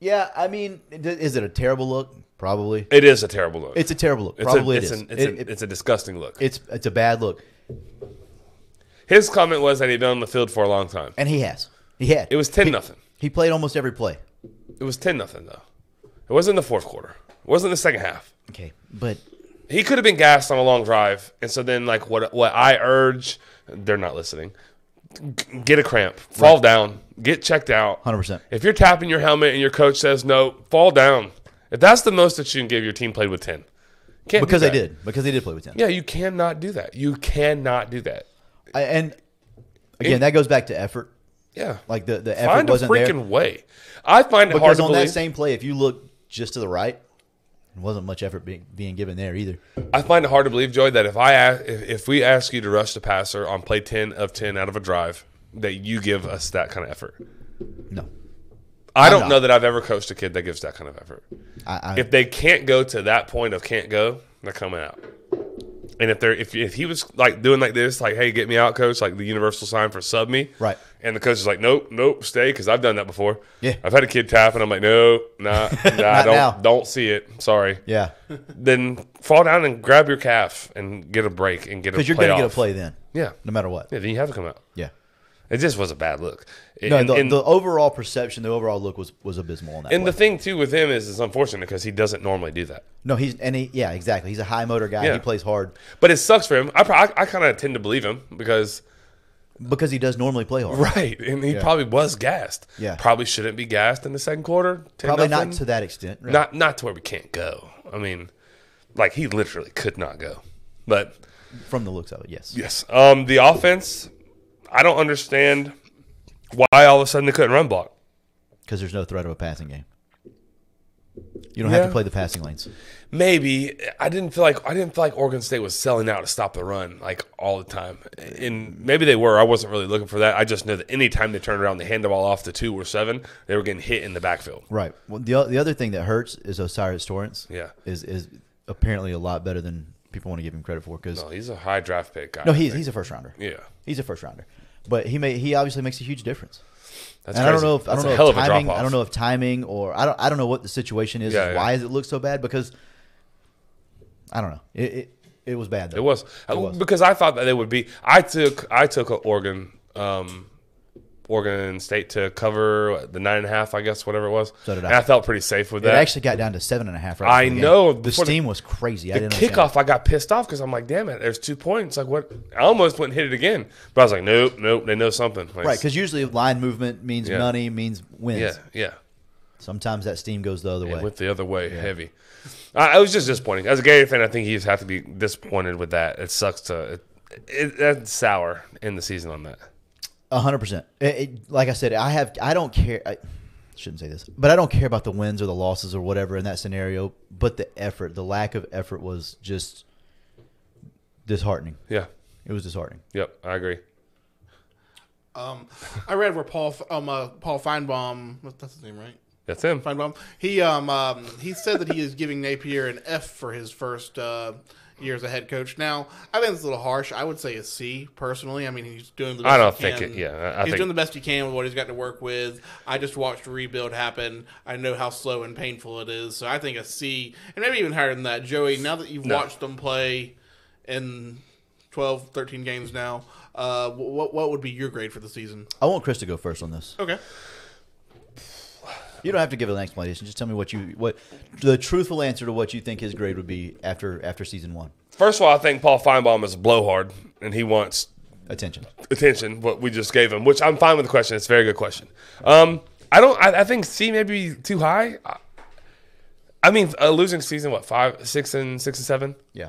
Speaker 2: Yeah, I mean, it- is it a terrible look? Probably.
Speaker 3: It is a terrible look.
Speaker 2: It's a terrible look.
Speaker 3: It's
Speaker 2: Probably
Speaker 3: a,
Speaker 2: it
Speaker 3: it's
Speaker 2: is.
Speaker 3: An, it's,
Speaker 2: It-
Speaker 3: an-
Speaker 2: it-
Speaker 3: it's a disgusting look.
Speaker 2: it's it's a bad look,
Speaker 3: His comment was that he'd been on the field for a long time.
Speaker 2: and he has. He had.
Speaker 3: It was ten
Speaker 2: He-
Speaker 3: nothing.
Speaker 2: He played almost every play.
Speaker 3: It was ten nothing though. It wasn't the fourth quarter. It wasn't the second half.
Speaker 2: Okay, but
Speaker 3: He could have been gassed on a long drive, and so then like what what I urge, they're not listening. G- Get a cramp, fall down, get checked out.
Speaker 2: 100%.
Speaker 3: If you're tapping your helmet and your coach says no, fall down. If that's the most that you can give, your team played with ten. Can't do
Speaker 2: because they
Speaker 3: that.
Speaker 2: did, because they did play with him.
Speaker 3: Yeah, you cannot do that. You cannot do that.
Speaker 2: I, and again, that goes back to effort.
Speaker 3: Yeah,
Speaker 2: Like the the effort
Speaker 3: find a
Speaker 2: wasn't
Speaker 3: freaking
Speaker 2: there.
Speaker 3: way. I find it hard
Speaker 2: Because
Speaker 3: to
Speaker 2: on
Speaker 3: believe.
Speaker 2: that same play, if you look just to the right, there wasn't much effort being being given there either.
Speaker 3: I find it hard to believe, Joey, that if I ask, if, if we ask you to rush the passer on play ten of ten out of a drive, that you give us that kind of effort.
Speaker 2: No,
Speaker 3: I don't
Speaker 2: not.
Speaker 3: know that I've ever coached a kid that gives that kind of effort.
Speaker 2: I, I,
Speaker 3: If they can't go to that point of can't go, they're coming out. And if they're if, if he was like doing like this, like hey, get me out, coach, like the universal sign for sub me,
Speaker 2: Right.
Speaker 3: And the coach is like, nope, nope, stay, because I've done that before.
Speaker 2: Yeah.
Speaker 3: I've had a kid tap, and I'm like, no, nah, nah,
Speaker 2: Not
Speaker 3: don't,
Speaker 2: now.
Speaker 3: don't see it. Sorry,
Speaker 2: yeah,
Speaker 3: then fall down and grab your calf and get a break and get a
Speaker 2: because you're
Speaker 3: play
Speaker 2: going to get a
Speaker 3: off.
Speaker 2: play then,
Speaker 3: Yeah.
Speaker 2: no matter what.
Speaker 3: yeah, then you have to come out.
Speaker 2: Yeah.
Speaker 3: It just was a bad look. And,
Speaker 2: No, the,
Speaker 3: and-
Speaker 2: the overall perception, the overall look was was abysmal on that.
Speaker 3: and
Speaker 2: play.
Speaker 3: the thing too with him is it's unfortunate because he doesn't normally do that.
Speaker 2: No, he's and he, yeah, exactly. He's a high motor guy.
Speaker 3: Yeah.
Speaker 2: He plays hard
Speaker 3: But it sucks for him. I pro- I, I kind of tend to believe him because
Speaker 2: because he does normally play hard.
Speaker 3: right, and he probably was gassed.
Speaker 2: Yeah.
Speaker 3: probably shouldn't be gassed in the second quarter. 10
Speaker 2: Probably
Speaker 3: nothing.
Speaker 2: not to that extent. Right?
Speaker 3: Not not to where we can't go. I mean, Like he literally could not go. But
Speaker 2: From the looks of it, yes.
Speaker 3: yes, um, the offense. I don't understand why all of a sudden they couldn't run block.
Speaker 2: Because there's no threat of a passing game. You don't have
Speaker 3: Yeah.
Speaker 2: to play the passing lanes.
Speaker 3: Maybe I didn't feel like I didn't feel like Oregon State was selling out to stop the run like all the time, and maybe they were. I wasn't really looking for that. I just know that anytime they turned around, they hand the ball off to two or seven, they were getting hit in the backfield.
Speaker 2: Right. Well, the, o- the other thing that hurts is Osiris Torrance.
Speaker 3: Yeah.
Speaker 2: Is is apparently a lot better than people want to give him credit for. Because
Speaker 3: No, Oh, he's a high draft pick guy.
Speaker 2: no,
Speaker 3: I
Speaker 2: he's
Speaker 3: think.
Speaker 2: he's a first rounder.
Speaker 3: yeah.
Speaker 2: He's a first rounder, but he may he obviously makes a huge difference.
Speaker 3: That's
Speaker 2: and I don't
Speaker 3: crazy.
Speaker 2: know if I
Speaker 3: That's
Speaker 2: don't
Speaker 3: a
Speaker 2: know
Speaker 3: hell
Speaker 2: if
Speaker 3: of a
Speaker 2: timing.
Speaker 3: drop-off.
Speaker 2: I don't know if timing or I don't I don't know what the situation is.
Speaker 3: Yeah, yeah.
Speaker 2: why does it look so bad? Because I don't know. It it, it was bad though.
Speaker 3: It was.
Speaker 2: was.
Speaker 3: because I thought that they would be. I took I took a Oregon, um, Oregon State to cover what, the nine and a half, I guess, whatever it was.
Speaker 2: So did I.
Speaker 3: And I felt pretty safe with
Speaker 2: It
Speaker 3: that.
Speaker 2: actually got down to seven and a half. Right
Speaker 3: I
Speaker 2: before the
Speaker 3: know.
Speaker 2: Game. The
Speaker 3: Before the-
Speaker 2: steam was crazy. I
Speaker 3: the
Speaker 2: didn't understand
Speaker 3: kickoff, I got pissed off because I'm like, damn it, there's two points. Like what? I almost went and hit it again, but I was like, nope, nope, they know something. Like,
Speaker 2: it. Right, because usually line movement means
Speaker 3: Yeah.
Speaker 2: money means wins.
Speaker 3: yeah, yeah,
Speaker 2: Sometimes that steam goes the other
Speaker 3: it
Speaker 2: way.
Speaker 3: went the other way, heavy. I, I was just disappointed as a Gator fan. I think you just have to be disappointed with that. It sucks to. It, it, that's sour in the season on that.
Speaker 2: A hundred percent. It- it- Like I said, I have. I don't care. I shouldn't say this, but I don't care about the wins or the losses or whatever in that scenario. But the effort, the lack of effort, was just disheartening.
Speaker 3: Yeah.
Speaker 2: It was disheartening.
Speaker 3: Yep. I agree.
Speaker 1: Um, I read where Paul F- um uh, Paul Feinbaum that's his name right
Speaker 3: That's him.
Speaker 1: Feinbaum he um, um he said that he is giving Napier an F for his first uh, year as a head coach. Now I think it's a little harsh. I would say a C personally. I mean he's doing the best
Speaker 3: I don't
Speaker 1: he
Speaker 3: think
Speaker 1: can.
Speaker 3: it- yeah, I- I
Speaker 1: he's
Speaker 3: think-
Speaker 1: doing the best he can with what he's got to work with. I just watched rebuild happen. I know how slow and painful it is. So I think a C and maybe even higher than that. Joey, now that you've
Speaker 3: No.
Speaker 1: watched them play in 12, 13 games now. Uh, wh- what what would be your grade for the season?
Speaker 2: I want Chris to go first on this.
Speaker 1: Okay.
Speaker 2: You don't have to give an explanation. Just tell me what you what the truthful answer to what you think his grade would be after after season one.
Speaker 3: First of all, I think Paul Feinbaum is a blowhard and he wants
Speaker 2: Attention.
Speaker 3: attention, what we just gave him, which I'm fine with the question. It's a very good question. Um, I don't, I, I think C may be too high. I, I mean, a losing season, what, five, six and six and seven?
Speaker 2: Yeah.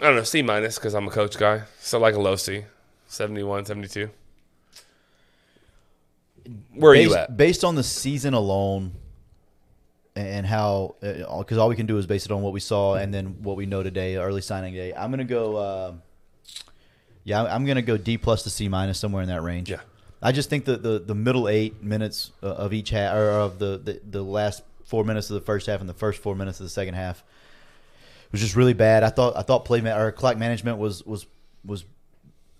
Speaker 3: I don't know, C minus because I'm a coach guy. So like a low C, 71, 72. Where are
Speaker 2: based,
Speaker 3: you at?
Speaker 2: Based on the season alone, and how because all we can do is base it on what we saw and then what we know today, early signing day. I'm gonna go. um yeah, I'm- I'm gonna go D plus to C minus somewhere in that range.
Speaker 3: Yeah.
Speaker 2: I just think that the the middle eight minutes uh, of each half, or of the, the the last four minutes of the first half and the first four minutes of the second half, was just really bad. I thought I thought play ma- or clock management was was was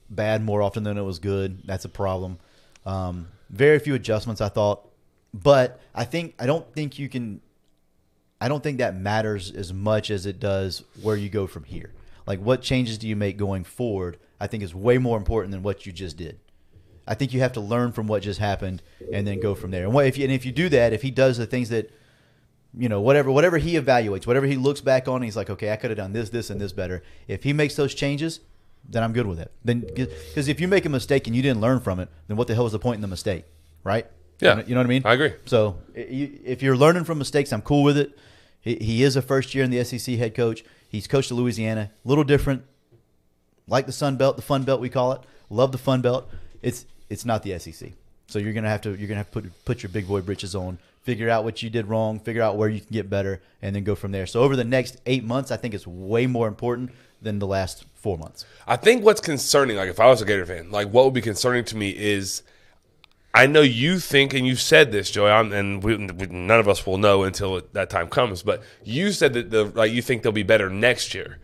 Speaker 2: bad more often than it was good. That's a problem. Um, very few adjustments, I thought, but I think I don't think you can. I don't think that matters as much as it does where you go from here. Like what changes do you make going forward? I think is way more important than what you just did. I think you have to learn from what just happened and then go from there. And what if you, and if you do that, if he does the things that you know, whatever whatever he evaluates, whatever he looks back on, he's like, okay, I could have done this, this, and this better. If he makes those changes, then I'm good with it. Then because if you make a mistake and you didn't learn from it, then what the hell was the point in the mistake, right?
Speaker 3: Yeah.
Speaker 2: You know- you know what I mean.
Speaker 3: I agree.
Speaker 2: So i- you- if you're learning from mistakes, I'm cool with it. He, he is a first year in the SEC head coach. He's coached at Louisiana, a little different, like the Sun Belt, the Fun Belt we call it. Love the Fun Belt. It's it's not the SEC, so you're gonna have to you're gonna have to put put your big boy britches on, figure out what you did wrong, figure out where you can get better, and then go from there. So over the next eight months, I think it's way more important than the last four months.
Speaker 3: I think what's concerning, like if I was a Gator fan, like what would be concerning to me is I know you think, and you said this, Joey, I'm, and we, we, none of us will know until it, that time comes. But you said that the like you think they'll be better next year.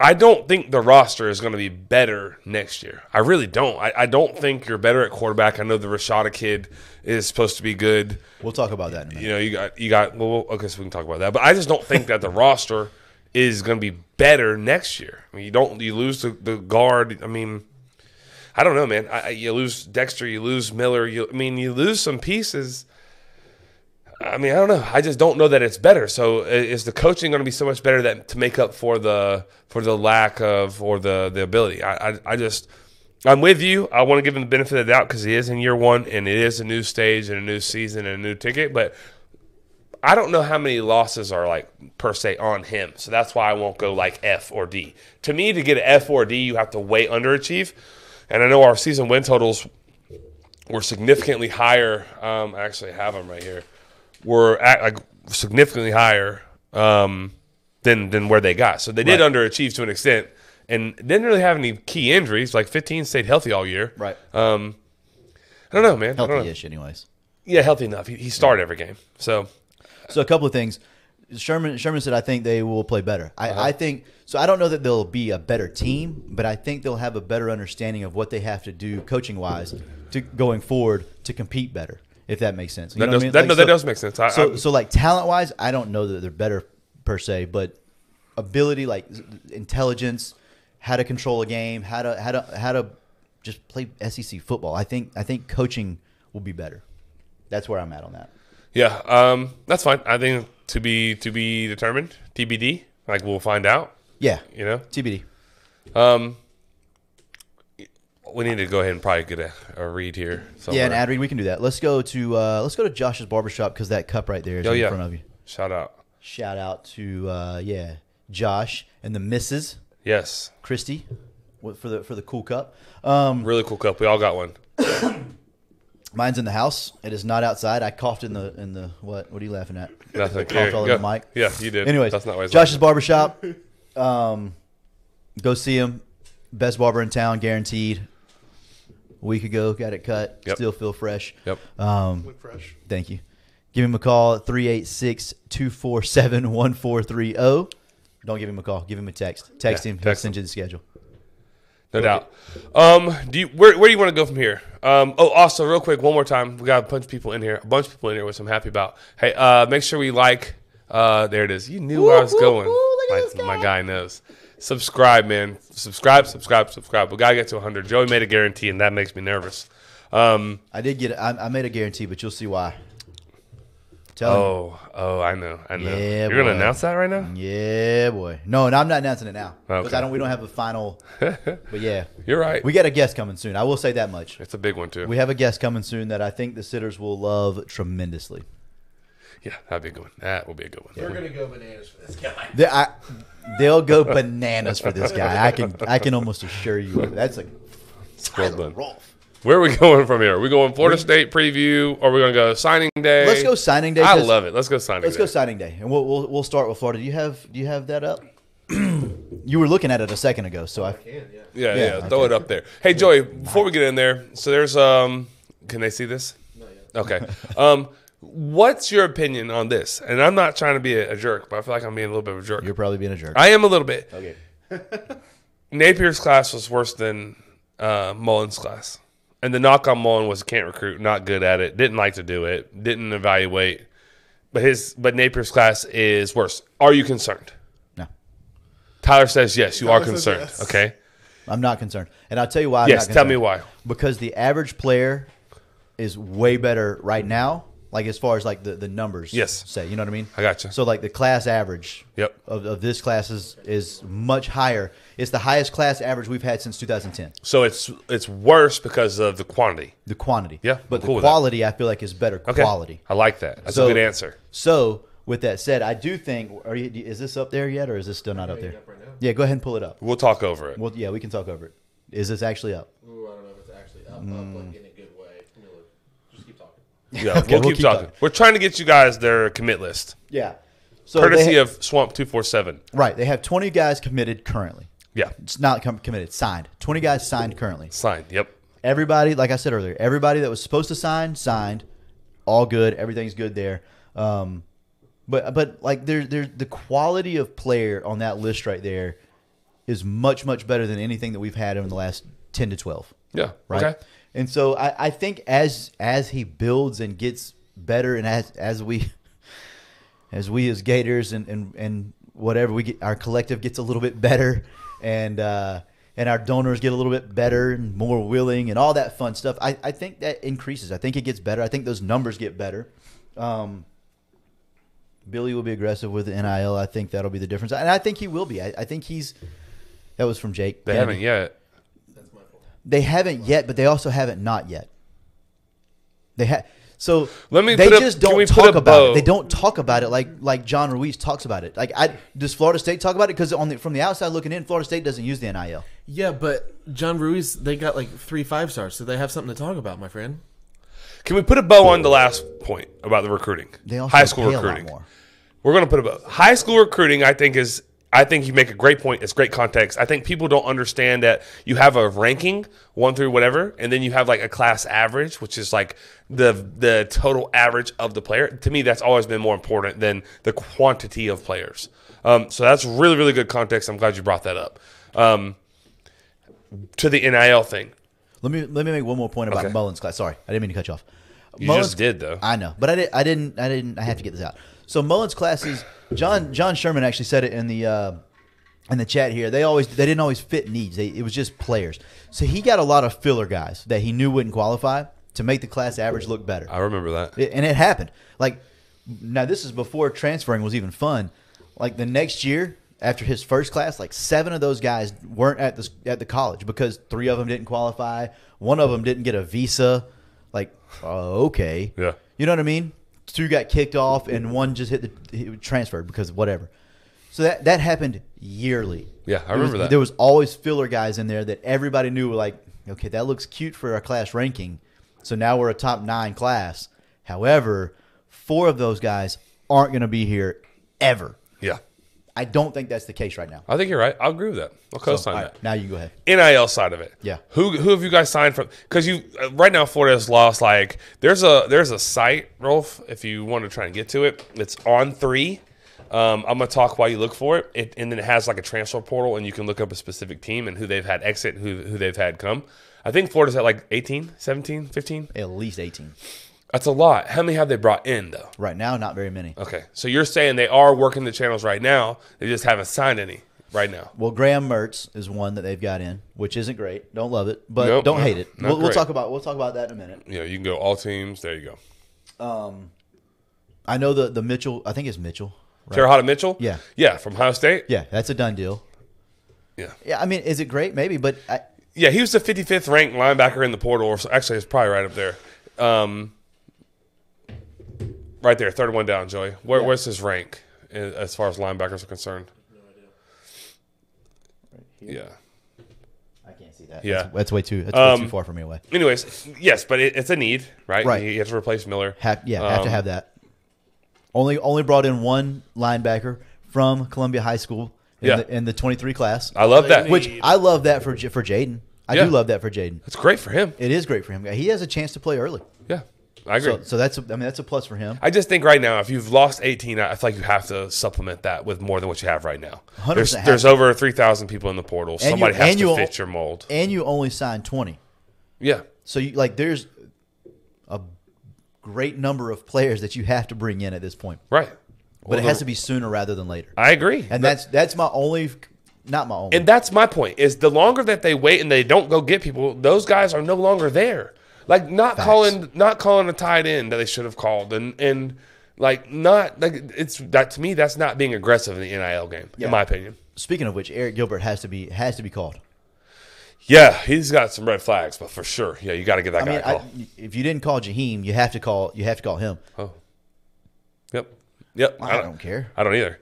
Speaker 3: I don't think the roster is going to be better next year. I really don't. I, I don't think you're better at quarterback. I know the Rashada kid is supposed to be good
Speaker 2: We'll talk about that in a minute.
Speaker 3: you know, you got you got well, well, okay, so we can talk about that. But I just don't think that the roster is going to be better next year. I mean, you don't you lose the, the guard. I mean, I don't know, man. I, I- you lose Dexter, you lose Miller. You, I mean, you lose some pieces. I mean, I don't know. I just don't know that it's better. So, i- is the coaching going to be so much better that to make up for the for the lack of or the the ability? I I, I just I'm with you. I want to give him the benefit of the doubt because he is in year one and it is a new stage and a new season and a new ticket. But I don't know how many losses are like per se on him, so that's why I won't go like F or D. To me, to get an F or D, you have to way underachieve. And I know our season win totals were significantly higher. Um, I actually have them right here. Were at, like significantly higher um, than than where they got. So they did underachieve to an extent, and didn't really have any key injuries. Like 15 stayed healthy all year.
Speaker 2: Right.
Speaker 3: Um, I don't know, man. I don't know.
Speaker 2: Healthy-ish, anyways.
Speaker 3: Yeah, healthy enough. He, he started every game. So
Speaker 2: So a couple of things. Sherman Sherman said, "I think they will play better. I,
Speaker 3: Uh-huh.
Speaker 2: I think so. I don't know that they'll be a better team, but I think they'll have a better understanding of what they have to do coaching wise to going forward to compete better. If that makes sense, You
Speaker 3: that,
Speaker 2: know what
Speaker 3: does,
Speaker 2: I mean?
Speaker 3: that,
Speaker 2: Like,
Speaker 3: no, that
Speaker 2: so-
Speaker 3: does make sense. I,
Speaker 2: So
Speaker 3: I-
Speaker 2: so like talent wise, I don't know that they're better per se, but ability like intelligence, how to control a game, how to how to how to just play SEC football. I think I think coaching will be better. That's where I'm at on that.
Speaker 3: yeah, um, that's fine. I think to be to be determined. TBD. Like we'll find out.
Speaker 2: Yeah,
Speaker 3: You know.
Speaker 2: TBD.
Speaker 3: Um, we need to go ahead and probably get a, a read here. Somewhere.
Speaker 2: Yeah, an ad read. We can do that. Let's go to uh, let's go to Josh's barbershop because that cup right there is
Speaker 3: Oh,
Speaker 2: in
Speaker 3: yeah.
Speaker 2: front of you.
Speaker 3: Shout out.
Speaker 2: Shout out to uh, yeah Josh and the Misses
Speaker 3: Yes,
Speaker 2: Christy w- for the for the cool cup. Um,
Speaker 3: really cool cup. We all got one.
Speaker 2: mine's in the house. It is not outside. I coughed in the in the what? What are you laughing at?
Speaker 3: Nothing.
Speaker 2: Coughed all over
Speaker 3: Yeah.
Speaker 2: the mic.
Speaker 3: Yeah, you did.
Speaker 2: Anyways,
Speaker 3: that's not what I was
Speaker 2: Josh's
Speaker 3: looking
Speaker 2: barbershop. Um, go see him. Best barber in town, guaranteed. A week ago, got it cut.
Speaker 3: Yep.
Speaker 2: Still feel fresh.
Speaker 3: at. Yep.
Speaker 2: Um,
Speaker 1: Look fresh.
Speaker 2: Thank you. Give him a call at 386 247 1430. oh. Don't give him a call. Give him a text. Text
Speaker 3: Yeah,
Speaker 2: him. He'll
Speaker 3: text
Speaker 2: send you the schedule.
Speaker 3: No doubt. Um, do you where where do you want to go from here? Um, oh, also real quick, one more time, we got a bunch of people in here, a bunch of people in here, which I'm happy about. Hey, uh, make sure we like. Uh, there it is. You knew where I was going. my, my guy knows. Subscribe, man. Subscribe, subscribe, subscribe. We gotta get to 100. Joey made a guarantee, and that makes me nervous. Um,
Speaker 2: I did get I, I made a guarantee, but you'll see why. Tell
Speaker 3: oh, oh, I know, I know.
Speaker 2: Yeah,
Speaker 3: You're gonna
Speaker 2: boy. Mm.
Speaker 3: announce that right now?
Speaker 2: him. Yeah, boy. No, and I'm not announcing it now. Because
Speaker 3: Okay.
Speaker 2: I don't we don't have a final but yeah.
Speaker 3: You're right.
Speaker 2: We got a guest coming soon. I will say that much.
Speaker 3: it's a big one too.
Speaker 2: We have a guest coming soon that I think the sitters will love tremendously.
Speaker 3: yeah, that'd be a good one. That will be a good one.
Speaker 4: We're gonna go bananas for this guy.
Speaker 2: They, I, they'll go bananas for this guy. I can I can almost assure you. of it. That's a
Speaker 3: Well done.
Speaker 2: Rolf.
Speaker 3: Where are we going from here? Are we going Florida State preview? Or are we going to go signing day?
Speaker 2: Let's go signing day.
Speaker 3: I
Speaker 2: 'cause-
Speaker 3: love it. Let's go signing
Speaker 2: Let's
Speaker 3: day.
Speaker 2: go signing day, and we'll, we'll we'll start with Florida. Do you have do you have that up? you were looking at it a second ago, so I
Speaker 4: Can, yeah.
Speaker 3: yeah, yeah.
Speaker 2: yeah,
Speaker 3: Throw
Speaker 2: okay.
Speaker 3: it up there. Hey, Joey, before we get in there, so there's, um, can they see this?
Speaker 4: Not yet.
Speaker 3: Okay. um, what's your opinion on this? And I'm not trying to be a, a jerk, but I feel like I'm being a little bit of a jerk.
Speaker 2: you're probably being a jerk.
Speaker 3: I am a little bit.
Speaker 2: okay,
Speaker 3: Napier's class was worse than uh, Mullen's class. And the knock on Mullen was can't recruit, not good at it, didn't like to do it, didn't evaluate. But his but Napier's class is worse. Are you concerned?
Speaker 2: no,
Speaker 3: Tyler says yes, you are
Speaker 1: says
Speaker 3: concerned.
Speaker 1: yes.
Speaker 3: Okay.
Speaker 2: I'm not concerned, and I'll tell you why. I'm
Speaker 3: yes,
Speaker 2: not
Speaker 3: tell me
Speaker 2: concerned.
Speaker 3: why.
Speaker 2: Because the average player is way better right now, like as far as like the, the numbers.
Speaker 3: Yes.
Speaker 2: say you know what I mean.
Speaker 3: I gotcha.
Speaker 2: So like the class average.
Speaker 3: Yep.
Speaker 2: Of, of this class is is much higher. It's the highest class average we've had since 2010.
Speaker 3: So it's it's worse because of the quantity.
Speaker 2: The quantity.
Speaker 3: Yeah, I'm
Speaker 2: But
Speaker 3: cool
Speaker 2: the
Speaker 3: with that.
Speaker 2: quality I feel like is better
Speaker 3: Okay.
Speaker 2: quality.
Speaker 3: I like that. That's
Speaker 2: So-
Speaker 3: a good answer.
Speaker 2: So, with that said, I do think are you, is this up there yet, or is this still not up there?
Speaker 4: up right now.
Speaker 2: Yeah, go ahead and pull it up.
Speaker 3: We'll talk over it.
Speaker 2: Well, yeah, we can talk over it. Is this actually up?
Speaker 4: Ooh, I don't know if it's actually up, up
Speaker 5: Mm.
Speaker 4: like in a good way. Let me look. Just keep talking.
Speaker 3: yeah,
Speaker 2: we'll
Speaker 3: we'll, keep,
Speaker 2: keep
Speaker 3: talking.
Speaker 2: talking.
Speaker 3: We're trying to get you guys their commit list.
Speaker 2: Yeah. So
Speaker 3: courtesy
Speaker 2: they ha-
Speaker 3: of Swamp two four seven.
Speaker 2: right, they have 20 guys committed currently.
Speaker 3: Yeah.
Speaker 2: It's not com- committed, signed. 20 guys signed currently.
Speaker 3: Signed. Yep.
Speaker 2: Everybody, like I said earlier, everybody that was supposed to sign signed. All good. Everything's good there. Um, but but like there there the quality of player on that list right there is much much better than anything that we've had in the last 10 to 12.
Speaker 3: Yeah.
Speaker 2: right?
Speaker 3: Okay.
Speaker 2: And so I, I think as as he builds and gets better, and as as we as we as Gators and and, and whatever we get, our collective gets a little bit better, and uh, and our donors get a little bit better and more willing and all that fun stuff. I, I think that increases. I think it gets better. I think those numbers get better. Um, Billy will be aggressive with the NIL. I think that'll be the difference, and I think he will be. I, I think he's. That was from Jake.
Speaker 3: They haven't yet.
Speaker 4: That's my fault.
Speaker 2: They haven't yet, but they also haven't not yet. They ha- So
Speaker 3: Let me
Speaker 2: they
Speaker 3: put up-
Speaker 2: just
Speaker 3: can
Speaker 2: don't
Speaker 3: we put
Speaker 2: talk
Speaker 3: a
Speaker 2: about
Speaker 3: bow?
Speaker 2: it. They don't talk about it like like John Ruiz talks about it. Like I does Florida State talk about it because on the, from the outside looking in, Florida State doesn't use the NIL.
Speaker 5: Yeah, but John Ruiz, they got like three five stars, so they have something to talk about, my friend.
Speaker 3: Can we put a bow on the last point about the recruiting?
Speaker 2: They also
Speaker 3: High school
Speaker 2: pay
Speaker 3: recruiting.
Speaker 2: a lot more.
Speaker 3: We're going to put a bow. High school recruiting, I think, is. I think you make a great point. It's great context. I think people don't understand that you have a ranking one through whatever, and then you have like a class average, which is like the the total average of the player. To me, that's always been more important than the quantity of players. Um, so that's really really good context. I'm glad you brought that up. Um, to the NIL thing,
Speaker 2: Let me let me make one more point about
Speaker 3: Okay.
Speaker 2: Mullins class. Sorry, I didn't mean to cut you off.
Speaker 3: you just did though.
Speaker 2: I know, but I did. I didn't. I didn't. I have to get this out. So Mullins classes. John John Sherman actually said it in the uh, in the chat here. They always they didn't always fit needs. They, it was just players. So he got a lot of filler guys that he knew wouldn't qualify to make the class average look better.
Speaker 3: I remember that.
Speaker 2: It- and it happened. Like now, this is before transferring was even fun. Like the next year after his first class, like seven of those guys weren't at the at the college because three of them didn't qualify. One of them didn't get a visa. Like oh, okay,
Speaker 3: Yeah.
Speaker 2: you know what I mean. Two got kicked off, and one just hit the he transferred because of whatever. So that that happened yearly.
Speaker 3: Yeah, I
Speaker 2: There was-
Speaker 3: remember that.
Speaker 2: There was always filler guys in there that everybody knew were like, okay, that looks cute for our class ranking. So now we're a top nine class. However, four of those guys aren't going to be here ever.
Speaker 3: Yeah.
Speaker 2: I don't think that's the case right now.
Speaker 3: I think you're right. I'll agree with that. I'll co-sign
Speaker 2: All
Speaker 3: that.
Speaker 2: right, now you go ahead.
Speaker 3: NIL side of it.
Speaker 2: Yeah.
Speaker 3: Who who have you guys signed from? Because you uh, right now Florida has lost like there's a there's a site Rolf if you want to try and get to it. It's on three. Um, I'm gonna talk while you look for it. it, and then it has like a transfer portal, and you can look up a specific team and who they've had exit, and who who they've had come. I think Florida's at like 18, 17, 15.
Speaker 2: At least 18.
Speaker 3: That's a lot. How many have they brought in though?
Speaker 2: Right now, not very many.
Speaker 3: Okay, so you're saying they are working the channels right now. They just haven't signed any right now.
Speaker 2: Well, Graham Mertz is one that they've got in, which isn't great. Don't love it, but
Speaker 3: Nope,
Speaker 2: don't
Speaker 3: no,
Speaker 2: hate it.
Speaker 3: not
Speaker 2: We'll, we'll
Speaker 3: great.
Speaker 2: talk about we'll talk about that in a minute.
Speaker 3: You know, you can go all teams. There you go.
Speaker 2: I know the the Mitchell. I think it's Mitchell. Right?
Speaker 3: Terahata Mitchell.
Speaker 2: Yeah.
Speaker 3: Yeah, from Ohio State.
Speaker 2: Yeah, that's a done deal.
Speaker 3: Yeah.
Speaker 2: Yeah, I mean, is it great? Maybe, but I,
Speaker 3: Yeah, he was the 55th ranked linebacker in the portal. Or so, actually, it's probably right up there. Um, right there, third one down, Joey. Where, Where's his rank i- as far as linebackers are concerned? Yeah.
Speaker 2: I can't see that.
Speaker 3: Yeah.
Speaker 2: that's, that's way too. That's way
Speaker 3: Um,
Speaker 2: too far from me away.
Speaker 3: Anyways, yes, but it, it's a need, right?
Speaker 2: Right.
Speaker 3: You have to replace Miller.
Speaker 2: Have, yeah, have to
Speaker 3: Um,
Speaker 2: have that. Only only brought in one linebacker from Columbia High School in,
Speaker 3: Yeah.
Speaker 2: the, in the 23 class,
Speaker 3: I love that.
Speaker 2: which I love that for J- for Jaden. I
Speaker 3: Yeah.
Speaker 2: do love that for Jaden.
Speaker 3: That's great for him.
Speaker 2: It is great for him. He has a chance to play early,
Speaker 3: Yeah, I agree.
Speaker 2: so, so that's a, I mean that's a plus for him.
Speaker 3: I just think right now, if you've lost 18, I I feel like you have to supplement that with more than what you have right now.
Speaker 2: 100%
Speaker 3: There's,
Speaker 2: have
Speaker 3: there's
Speaker 2: to.
Speaker 3: over 3,000 people in the portal.
Speaker 2: you-
Speaker 3: Somebody has
Speaker 2: and
Speaker 3: to
Speaker 2: you-
Speaker 3: fit your mold.
Speaker 2: And you only signed 20,
Speaker 3: Yeah.
Speaker 2: so you like there's a great number of players that you have to bring in at this point,
Speaker 3: Right.
Speaker 2: but it has to be sooner rather than later.
Speaker 3: I agree.
Speaker 2: and that's that's my only, not my only.
Speaker 3: and that's my point is the longer that they wait and they don't go get people, those guys are no longer there. Like not calling not calling a tight end that they should have called and and like not like it's that to me that's not being aggressive in the NIL game in my opinion.
Speaker 2: Speaking of which, Eric Gilbert has to be has to be called.
Speaker 3: Yeah, he's got some red flags, but for sure, yeah, you got to give that
Speaker 2: I
Speaker 3: guy
Speaker 2: mean,
Speaker 3: a
Speaker 2: I,
Speaker 3: call.
Speaker 2: if you didn't call Jaheim, you have to call you have to call him.
Speaker 3: Oh. Yep. Yep.
Speaker 2: I don't care.
Speaker 3: I don't either.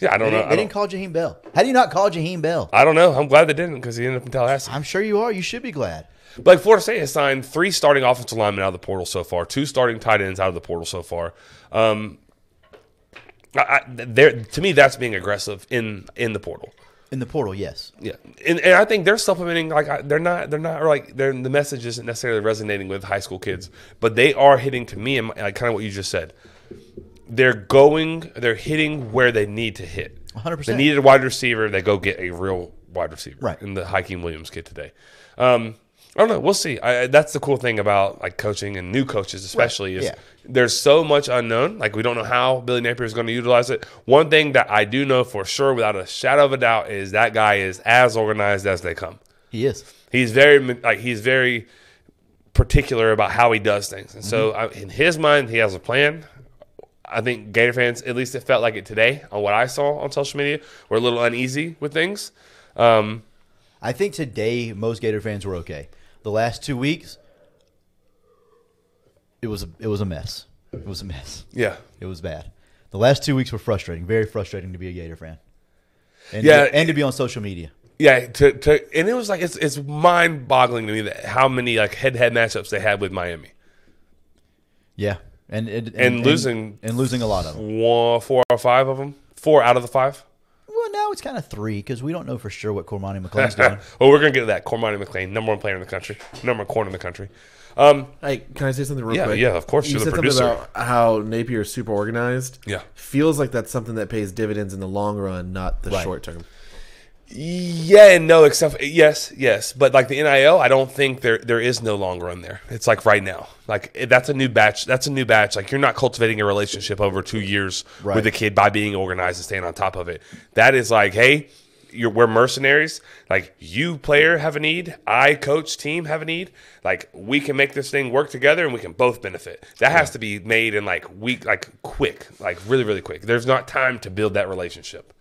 Speaker 3: Yeah, I don't
Speaker 2: They,
Speaker 3: know.
Speaker 2: didn't,
Speaker 3: I
Speaker 2: they
Speaker 3: don't,
Speaker 2: didn't call Jaheim Bell. How do you not call Jaheim Bell?
Speaker 3: I don't know. I'm glad they didn't because he ended up in Tallahassee.
Speaker 2: I'm sure you are. You should be glad.
Speaker 3: But like Florida State has signed three starting offensive linemen out of the portal so far, two starting tight ends out of the portal so far. Um, I, I, they're- to me, that's being aggressive in in the portal.
Speaker 2: In the portal, yes.
Speaker 3: Yeah, and, and I think they're supplementing. Like I, they're not, they're not like they're, the message isn't necessarily resonating with high school kids, but they are hitting to me and like, kind of what you just said. They're going, they're hitting where they need to hit.
Speaker 2: 100%.
Speaker 3: They needed a wide receiver. They go get a real wide receiver.
Speaker 2: Right.
Speaker 3: And the Hakeem Williams kid today. Um, I don't know. We'll see. I, I- that's the cool thing about like coaching and new coaches, especially, is
Speaker 2: Yeah.
Speaker 3: there's so much unknown. Like we don't know how Billy Napier is going to utilize it. One thing that I do know for sure, without a shadow of a doubt, is that guy is as organized as they come.
Speaker 2: He is.
Speaker 3: He's very like he's very particular about how he does things, and so I, in his mind, he has a plan. I think Gator fans, at least it felt like it today on what I saw on social media, were a little uneasy with things. Um,
Speaker 2: I think today most Gator fans were okay. The last two weeks, it was a, it was a mess. It was a mess.
Speaker 3: Yeah.
Speaker 2: It was bad. The last two weeks were frustrating. Very frustrating to be a Gator fan. And
Speaker 3: Yeah.
Speaker 2: to, and to be on social media.
Speaker 3: Yeah, to, to and it was like it's it's mind boggling to me that how many like head to head matchups they had with Miami.
Speaker 2: Yeah, and and,
Speaker 3: losing-
Speaker 2: and losing a lot of them.
Speaker 3: One, four or five of them, four out of the five.
Speaker 2: Well, now it's kind of three because we don't know for sure what Cormani McLean's doing.
Speaker 3: well, we're gonna get to that. Cormani McLean, number one player in the country, number one corner in the country. Um,
Speaker 5: Hey, can I say something real
Speaker 3: Yeah,
Speaker 5: quick?
Speaker 3: yeah, of course,
Speaker 5: You
Speaker 3: you're the
Speaker 5: said
Speaker 3: producer.
Speaker 5: something about how Napier is super organized.
Speaker 3: Yeah.
Speaker 5: feels like that's something that pays dividends in the long run, not the short term.
Speaker 3: yeah, and no, except yes, yes, but like the NIL, I don't think there there is no long run there. It's like right now, like eh, that's a new batch. That's a new batch. Like you're not cultivating a relationship over two years with
Speaker 2: Right.
Speaker 3: a kid by being organized and staying on top of it. That is like, hey. You're, we're mercenaries. Like you, player, have a need. I, coach, team, have a need. Like we can make this thing work together, and we can both benefit. That has to be made in like week, like quick, like really, really quick. There's not time to build that relationship.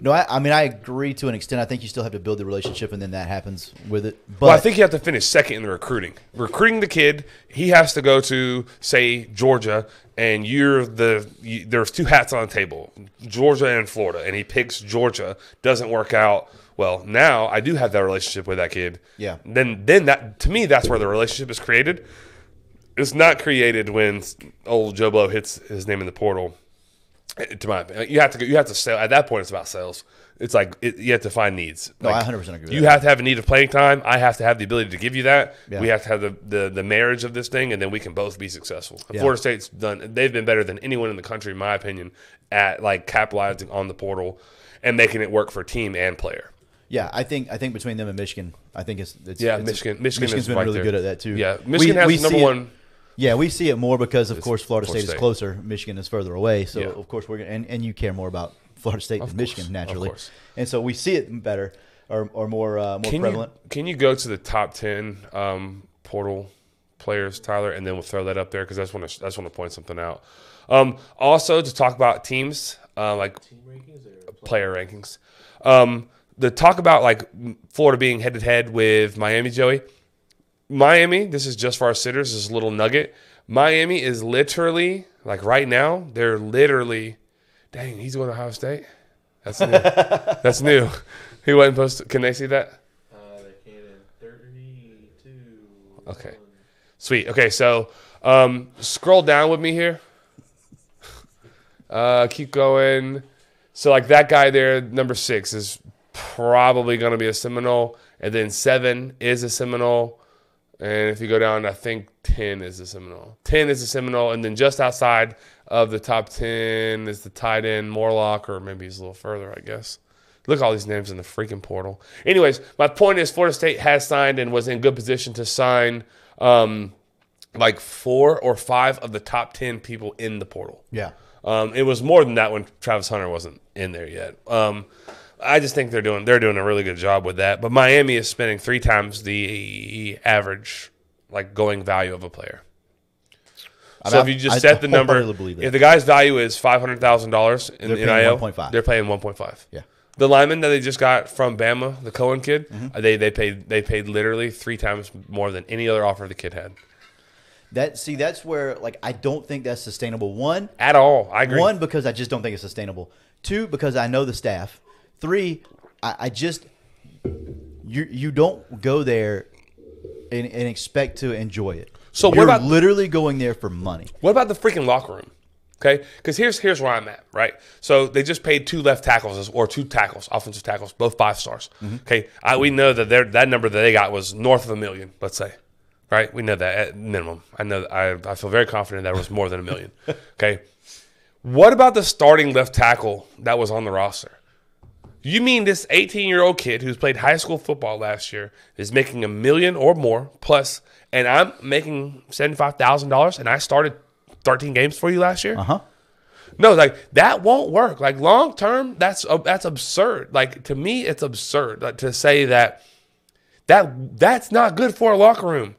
Speaker 2: No, I, I mean I agree to an extent. I think you still have to build the relationship, and then that happens with it. But
Speaker 3: Well, I think you have to finish second in the recruiting. Recruiting the kid, he has to go to say Georgia, and you're the you, there's two hats on the table, Georgia and Florida, and he picks Georgia. Doesn't work out. Well, now I do have that relationship with that kid.
Speaker 2: Yeah.
Speaker 3: Then then that to me that's where the relationship is created. It's not created when old Joe Blow hits his name in the portal. To my, you have to go, you have to sell. At that point, it's about sales. It's like it, you have to find needs.
Speaker 2: No, I
Speaker 3: Like,
Speaker 2: 100% agree with
Speaker 3: You
Speaker 2: that.
Speaker 3: have have to have a need of playing time. I have to have the ability to give you that.
Speaker 2: Yeah.
Speaker 3: We have to have the, the the marriage of this thing, and then we can both be successful. Florida State's done; they've been better than anyone in the country, in my opinion, at like capitalizing on the portal and making it work for team and player.
Speaker 2: yeah, I think I think between them and Michigan, I think it's, it's
Speaker 3: Yeah,
Speaker 2: it's-
Speaker 3: Michigan. Michigan
Speaker 2: Michigan's
Speaker 3: is
Speaker 2: been
Speaker 3: right
Speaker 2: really
Speaker 3: there.
Speaker 2: good at that too.
Speaker 3: Yeah, Michigan has the number
Speaker 2: see it-
Speaker 3: one.
Speaker 2: Yeah, we see it more because of course Florida
Speaker 3: Florida
Speaker 2: State,
Speaker 3: State.
Speaker 2: is closer, Michigan is further away. So
Speaker 3: Yeah.
Speaker 2: of course we're gonna and, and you care more about Florida State than Michigan naturally,
Speaker 3: course.
Speaker 2: and so we see it better or, or more uh, more
Speaker 3: Can you,
Speaker 2: prevalent.
Speaker 3: can you go to the top ten um, portal players, Tyler, and then we'll throw that up there because I just want to I just want to point something out. Um, also, to talk about teams, uh, like player rankings. Um, the talk about like Florida being head to head with Miami, Joey. Miami, this is just for our sitters, this is a little nugget. Miami is literally, like right now, they're literally, dang, he's going to Ohio State? That's new. That's new. He wasn't supposed to, can they see that?
Speaker 4: Uh, they came in 32.
Speaker 3: Okay. Sweet. Okay, so um, scroll down with me here. Uh, keep going. So like that guy there, number six is probably going to be a Seminole, and then seven is a Seminole, and if you go down, I think ten is a Seminole. Ten is a Seminole, and then just outside of the top ten is the tight end Morlock, or maybe he's a little further, I guess. Look at all these names in the freaking portal. Anyways, my point is Florida State has signed and was in good position to sign um, like four or five of the top ten people in the portal.
Speaker 2: Yeah,
Speaker 3: Um, it was more than that when Travis Hunter wasn't in there yet. Um, I just think they're doing they're doing a really good job with that. But Miami is spending three times the average like going value of a player.
Speaker 2: I
Speaker 3: So
Speaker 2: mean,
Speaker 3: if you just
Speaker 2: I-
Speaker 3: set
Speaker 2: I
Speaker 3: the number,
Speaker 2: wholeheartedly believe that.
Speaker 3: if the guy's value is five hundred thousand dollars in
Speaker 2: They're
Speaker 3: the
Speaker 2: paying
Speaker 3: NIL,
Speaker 2: 1.5.
Speaker 3: they're paying one point five.
Speaker 2: Yeah.
Speaker 3: The lineman that they just got from Bama, the Cohen kid,
Speaker 2: Mm-hmm.
Speaker 3: uh, they they paid they paid literally three times more than any other offer the kid had
Speaker 2: that see that's where like I don't think that's sustainable. One,
Speaker 3: at all. I agree.
Speaker 2: One, because I just don't think it's sustainable. Two, because I know the staff. Three, I, I just you you don't go there and, and expect to enjoy it.
Speaker 3: So what
Speaker 2: You're
Speaker 3: about-
Speaker 2: literally going there for money?
Speaker 3: What about the freaking locker room? Okay, because here's here's where I'm at, right? So they just paid two left tackles or two tackles, offensive tackles, both five stars. Okay, I, we know that their that number that they got was north of a million, let's say, right? We know that at minimum. I know I I feel very confident that it was more than a million. Okay, what about the starting left tackle that was on the roster? You mean this 18 year old kid who's played high school football last year is making a million or more plus, and I'm making $75,000 and I started 13 games for you last year?
Speaker 2: Huh?
Speaker 3: No, like that won't work. Like long term, that's uh, that's absurd. Like to me, it's absurd like, to say that that that's not good for a locker room.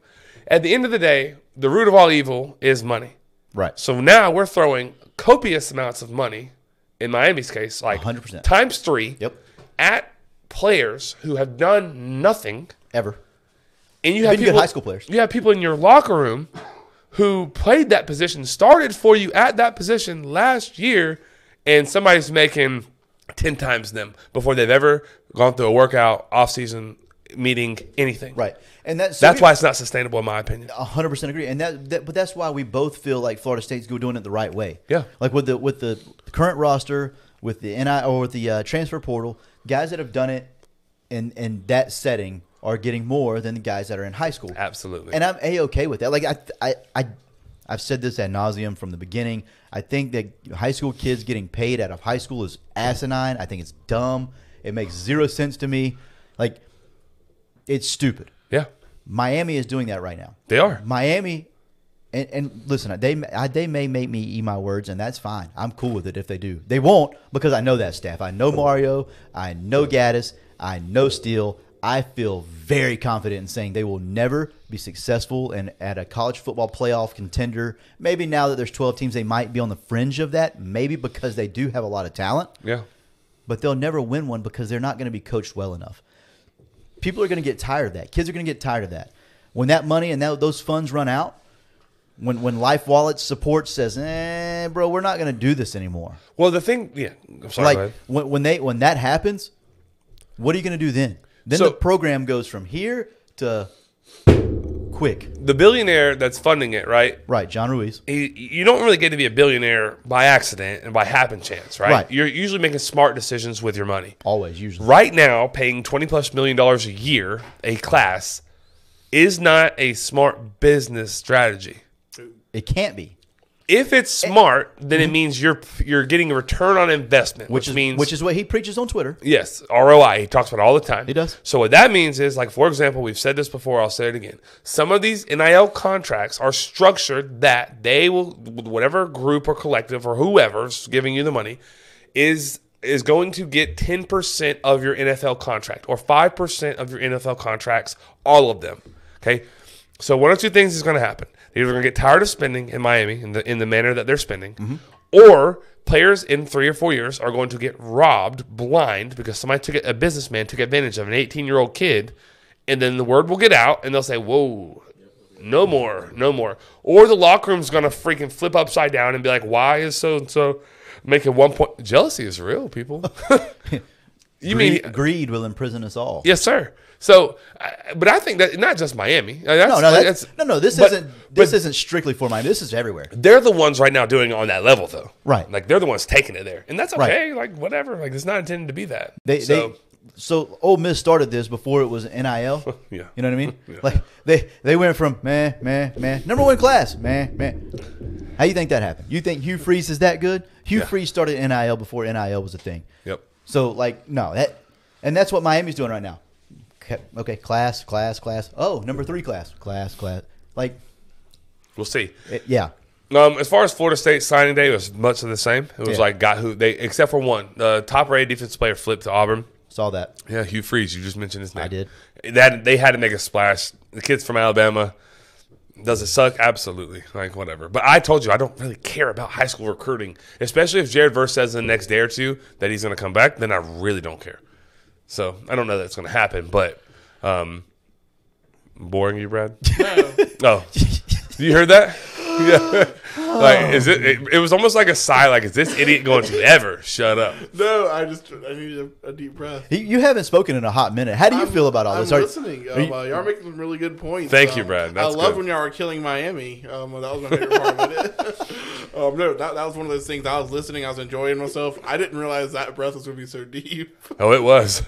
Speaker 3: At the end of the day, the root of all evil is money.
Speaker 2: Right.
Speaker 3: So now we're throwing copious amounts of money, in Miami's case, like
Speaker 2: 100%.
Speaker 3: times three
Speaker 2: Yep.
Speaker 3: at players who have done nothing.
Speaker 2: Ever.
Speaker 3: And you have
Speaker 2: Been good
Speaker 3: people,
Speaker 2: high school players.
Speaker 3: You have people in your locker room who played that position, started for you at that position last year, and somebody's making 10 times them before they've ever gone through a workout, offseason, meeting, anything.
Speaker 2: Right. And that's
Speaker 3: That's why it's not sustainable, in my opinion.
Speaker 2: hundred percent agree, and that, that but that's why we both feel like Florida State's go- doing it the right way.
Speaker 3: Yeah.
Speaker 2: like with the with the current roster, with the ni or with the uh, transfer portal, guys that have done it in in that setting are getting more than the guys that are in high school.
Speaker 3: Absolutely.
Speaker 2: and I'm a okay with that. Like I I. I I've said this ad nauseum from the beginning. I think that high school kids getting paid out of high school is asinine. I think it's dumb. It makes zero sense to me. Like, it's stupid.
Speaker 3: yeah.
Speaker 2: Miami is doing that right now.
Speaker 3: They are.
Speaker 2: Miami, and, and listen, they I, they may make me eat my words, and that's fine. I'm cool with it if they do. They won't because I know that staff. I know Mario. I know Gaddis. I know Steele. I feel very confident in saying they will never be successful and at a college football playoff contender. Maybe now that there's 12 teams, they might be on the fringe of that. Maybe because they do have a lot of talent
Speaker 3: Yeah.
Speaker 2: but they'll never win one because they're not going to be coached well enough. People are going to get tired of that. Kids are going to get tired of that. When that money and that, those funds run out, when when Life Wallet support says, "Eh, bro, we're not going to do this anymore."
Speaker 3: Well, the thing, yeah. I'm sorry. go
Speaker 2: like
Speaker 3: ahead.
Speaker 2: when, when they when that happens, what are you going to do then? Then
Speaker 3: So-
Speaker 2: the program goes from here to quick.
Speaker 3: the billionaire that's funding it, right?
Speaker 2: Right, John Ruiz.
Speaker 3: he, you don't really get to be a billionaire by accident and by happen chance, right?
Speaker 2: Right.
Speaker 3: You're usually making smart decisions with your money.
Speaker 2: Always, usually.
Speaker 3: Right now, paying twenty plus million dollars a year a class is not a smart business strategy.
Speaker 2: It can't be.
Speaker 3: If it's
Speaker 2: Eh,
Speaker 3: smart, then it means you're you're getting a return on investment, which,
Speaker 2: mm-hmm. Which is
Speaker 3: means
Speaker 2: which is what he preaches on Twitter.
Speaker 3: Yes, ROI. He talks about it all the time. He
Speaker 2: does.
Speaker 3: So what that means is, like for example, we've said this before. I'll say it again. Some of these NIL contracts are structured that they will, whatever group or collective or whoever's giving you the money, is is going to get ten percent of your NFL contract or five percent of your NFL contracts, all of them. Okay. So one of two things is going to happen. They're either going to get tired of spending in Miami in the in the manner that they're spending,
Speaker 2: Mm-hmm.
Speaker 3: or players in three or four years are going to get robbed blind because somebody took a businessman took advantage of an 18 year old kid, and then the word will get out and they'll say, "Whoa." No more, no more. Or the locker room's gonna freaking flip upside down and be like, "Why is so and so making one point?" Jealousy is real, people. you mean
Speaker 2: greed, greed will imprison us all.
Speaker 3: Yes, sir. So, I- but I think that not just Miami. Uh, That's,
Speaker 2: No, no, that's,
Speaker 3: that's-
Speaker 2: no, no. This
Speaker 3: but-
Speaker 2: isn't this
Speaker 3: but
Speaker 2: isn't strictly for Miami. This is everywhere.
Speaker 3: They're the ones right now doing it on that level, though.
Speaker 2: Right.
Speaker 3: Like they're the ones taking it there, and that's
Speaker 2: Right.
Speaker 3: okay. Like whatever. Like it's not intended to be that.
Speaker 2: They
Speaker 3: so,
Speaker 2: they so Ole Miss started this before it was NIL.
Speaker 3: Yeah.
Speaker 2: you know what I mean. Like they they went from man man man number one class man man. How you think that happened? You think Hugh Freeze is that good? Hugh
Speaker 3: Yeah.
Speaker 2: Freeze started NIL before NIL was a thing.
Speaker 3: Yep.
Speaker 2: So like no that, and that's what Miami's doing right now. Okay, okay, class class class. Oh, number three class class class. Like
Speaker 3: We'll see.
Speaker 2: it- yeah,
Speaker 3: Um, as far as Florida State signing day, it was much of the same. It
Speaker 2: Yeah.
Speaker 3: was like got who they except for one, the top rated defensive player flipped to Auburn.
Speaker 2: saw that.
Speaker 3: Yeah, Hugh Freeze. You just mentioned his name.
Speaker 2: did.
Speaker 3: That they had to make a splash. The kid's from Alabama. Does it suck? Absolutely. Like whatever. But I told you I don't really care about high school recruiting, especially if Jared Verse says in the next day or two that he's going to come back. Then I really don't care. So I don't know that's going to happen. But um, boring you, Brad.
Speaker 1: No.
Speaker 3: Oh, you heard that? Yeah. like is it, it? It was almost like a sigh. Like is this idiot going to ever shut up?
Speaker 1: No, I just I needed a, a deep breath.
Speaker 2: You- You haven't spoken in a hot minute. How do you
Speaker 1: I'm-
Speaker 2: feel about all
Speaker 1: I'm
Speaker 2: this? Are-
Speaker 1: listening.
Speaker 2: are
Speaker 1: Um,
Speaker 2: you-
Speaker 1: uh, y'all are making some really good points.
Speaker 3: Thank you,
Speaker 1: Um,
Speaker 3: Brad. That's
Speaker 1: I love
Speaker 3: good.
Speaker 1: when y'all are killing Miami. Um, that was my favorite part of it. um, no, that, that was one of those things. I was listening. I was enjoying myself. I didn't realize that breath was going to be so deep.
Speaker 3: Oh, it was.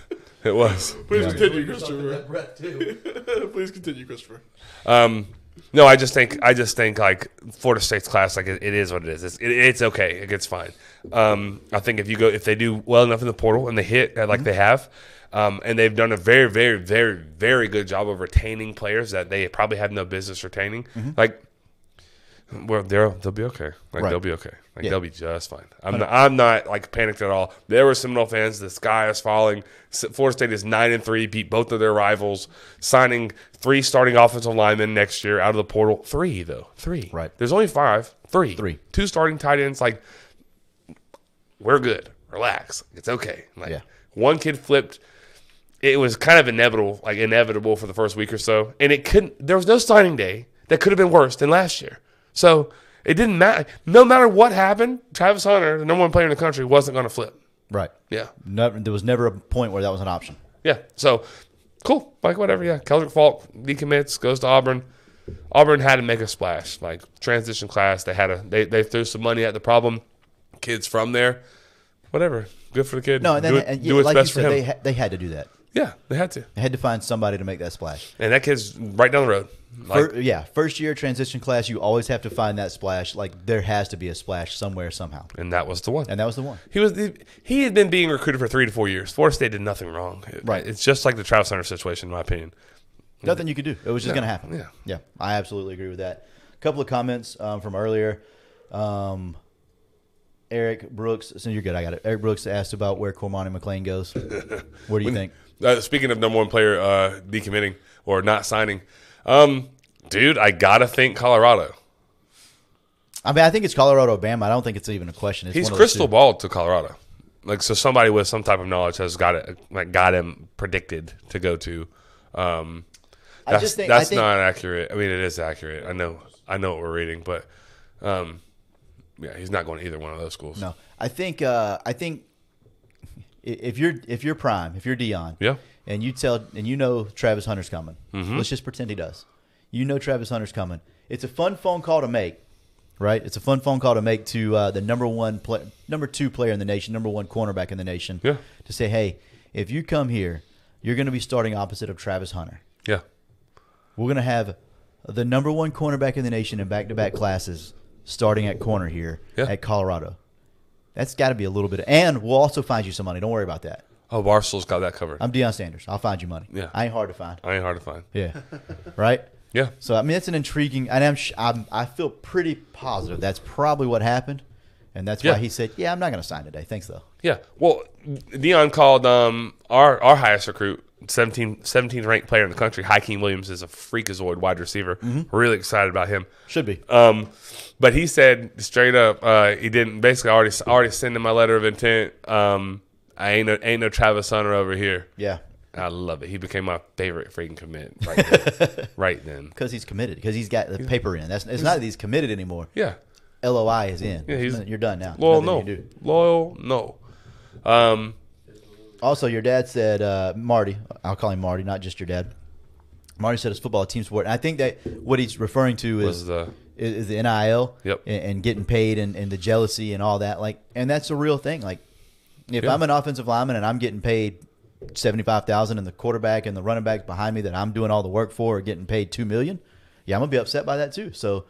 Speaker 3: It was.
Speaker 1: Please continue,
Speaker 4: Yourself in
Speaker 1: Christopher.
Speaker 4: that breath, too.
Speaker 1: Please continue, Christopher.
Speaker 3: Um, no, I just think I just think like Florida State's class, like it, it is what it is. It's, it, it's okay. It gets fine. Um, I think if you go if they do well enough in the portal and they hit uh, like they have, um, and they've done a very very very very good job of retaining players that they probably have no business retaining. Like, well, they'll they'll be okay. Like
Speaker 2: Right.
Speaker 3: they'll be okay. Like
Speaker 2: Yeah.
Speaker 3: they'll be just fine. I'm not, I'm not like panicked at all. There were Seminole fans. The sky is falling. S- Florida State is nine and three. Beat both of their rivals. Signing three starting offensive linemen next year out of the portal. Three though. Three.
Speaker 2: Right.
Speaker 3: There's only five. Three.
Speaker 2: Three.
Speaker 3: Two starting tight ends. Like we're good. Relax. It's okay. Like
Speaker 2: Yeah.
Speaker 3: one kid flipped. It was kind of inevitable, like inevitable for the first week or so, and it couldn't. There was no signing day that could have been worse than last year. So it didn't matter. No matter what happened, Travis Hunter, the number one player in the country, wasn't going to flip.
Speaker 2: Right.
Speaker 3: Yeah.
Speaker 2: Never, there was never a point where that was an option.
Speaker 3: Yeah. So cool. Like whatever. Yeah. Keldrick Falk decommits, goes to Auburn. Auburn had to make a splash. Like transition class, they had a they, they threw some money at the problem. Kids from there, whatever. Good for the kid.
Speaker 2: No, and then
Speaker 3: do, it-
Speaker 2: and,
Speaker 3: do
Speaker 2: yeah,
Speaker 3: what's
Speaker 2: like you
Speaker 3: best for
Speaker 2: said,
Speaker 3: him.
Speaker 2: they ha- they had to do that.
Speaker 3: yeah, they had to.
Speaker 2: They had to find somebody to make that splash.
Speaker 3: And that kid's right down the road. Like,
Speaker 2: Fir- yeah, first year transition class, you always have to find that splash. Like there has to be a splash somewhere somehow,
Speaker 3: and that was the one.
Speaker 2: and that was the one.
Speaker 3: He was he, he had been being recruited for three to four years. Florida State did nothing wrong.
Speaker 2: Right.
Speaker 3: It's just like the Travis Hunter situation, in my opinion.
Speaker 2: Nothing you could do. It was just going to happen.
Speaker 3: yeah.
Speaker 2: yeah. I absolutely agree with that. A couple of comments um, from earlier. Um, Eric Brooks, so you're good. I got it. Eric Brooks asked about where Cormani McLean goes. Where do you think?
Speaker 3: Uh, speaking of number one player uh, decommitting or not signing, um, dude, I gotta think Colorado.
Speaker 2: I mean, I think it's Colorado, Bama. I don't think it's even a question. It's
Speaker 3: He's
Speaker 2: one of those
Speaker 3: crystal
Speaker 2: two.
Speaker 3: ball to Colorado. Like so, somebody with some type of knowledge has got it. Like got him predicted to go to. Um,
Speaker 2: I
Speaker 3: that's
Speaker 2: just think- I
Speaker 3: that's
Speaker 2: think-
Speaker 3: not accurate. I mean, it is accurate. I know. I know what we're reading, but um, yeah, he's not going to either one of those schools.
Speaker 2: No, I think uh, I think i- if you're if you're prime, if you're Dion,
Speaker 3: Yeah.
Speaker 2: and you tell and you know Travis Hunter's coming. Let's just pretend he does. You know Travis Hunter's coming. It's a fun phone call to make, right? It's a fun phone call to make to uh, the number one play, number two player in the nation, number one cornerback in the nation.
Speaker 3: Yeah.
Speaker 2: To say, hey, if you come here, you're going to be starting opposite of Travis Hunter.
Speaker 3: Yeah.
Speaker 2: We're going to have the number one cornerback in the nation in back to back classes starting at corner here
Speaker 3: Yeah.
Speaker 2: at Colorado. That's got to be a little bit. and we'll also find you some money. Don't worry about that.
Speaker 3: Oh, Barstool's got that covered.
Speaker 2: I'm Deion Sanders. I'll find you money.
Speaker 3: Yeah.
Speaker 2: I ain't hard to find.
Speaker 3: I ain't hard to find.
Speaker 2: Yeah. right?
Speaker 3: Yeah.
Speaker 2: So, I mean, it's an intriguing. And I'm, sh- I'm, I feel pretty positive that's probably what happened. And that's
Speaker 3: Yeah.
Speaker 2: why he said, yeah, I'm not going to sign today. Thanks, though.
Speaker 3: Yeah. Well, Dion called um, our our highest recruit, 17, 17th ranked player in the country. Hakeem Williams is a freakazoid wide receiver.
Speaker 2: Mm-hmm.
Speaker 3: Really excited about him.
Speaker 2: Should be.
Speaker 3: Um, but he said straight up, uh, he didn't. Basically, I already I already sent him my letter of intent. Um, I ain't no, ain't no Travis Hunter over here.
Speaker 2: yeah.
Speaker 3: I love it. He became my favorite freaking commit right then. right then.
Speaker 2: Because he's committed. Because he's got the paper in. That's It's not that he's committed anymore.
Speaker 3: Yeah.
Speaker 2: LOI is in.
Speaker 3: Yeah, he's-
Speaker 2: You're done now.
Speaker 3: Loyal,
Speaker 2: Nothing you
Speaker 3: no.
Speaker 2: can do.
Speaker 3: Loyal, no. Um,
Speaker 2: Also, your dad said uh, Marty. I'll call him Marty, not just your dad. Marty said it's football a team sport. And I think that what he's referring to is
Speaker 3: Was the-
Speaker 2: is, is the NIL
Speaker 3: Yep.
Speaker 2: and, and getting paid and, and the jealousy and all that. Like, and that's a real thing. Like, if
Speaker 3: Yeah.
Speaker 2: I'm an offensive lineman and I'm getting paid seventy five thousand, and the quarterback and the running backs behind me that I'm doing all the work for are getting paid two million, yeah, I'm gonna be upset by that too. So.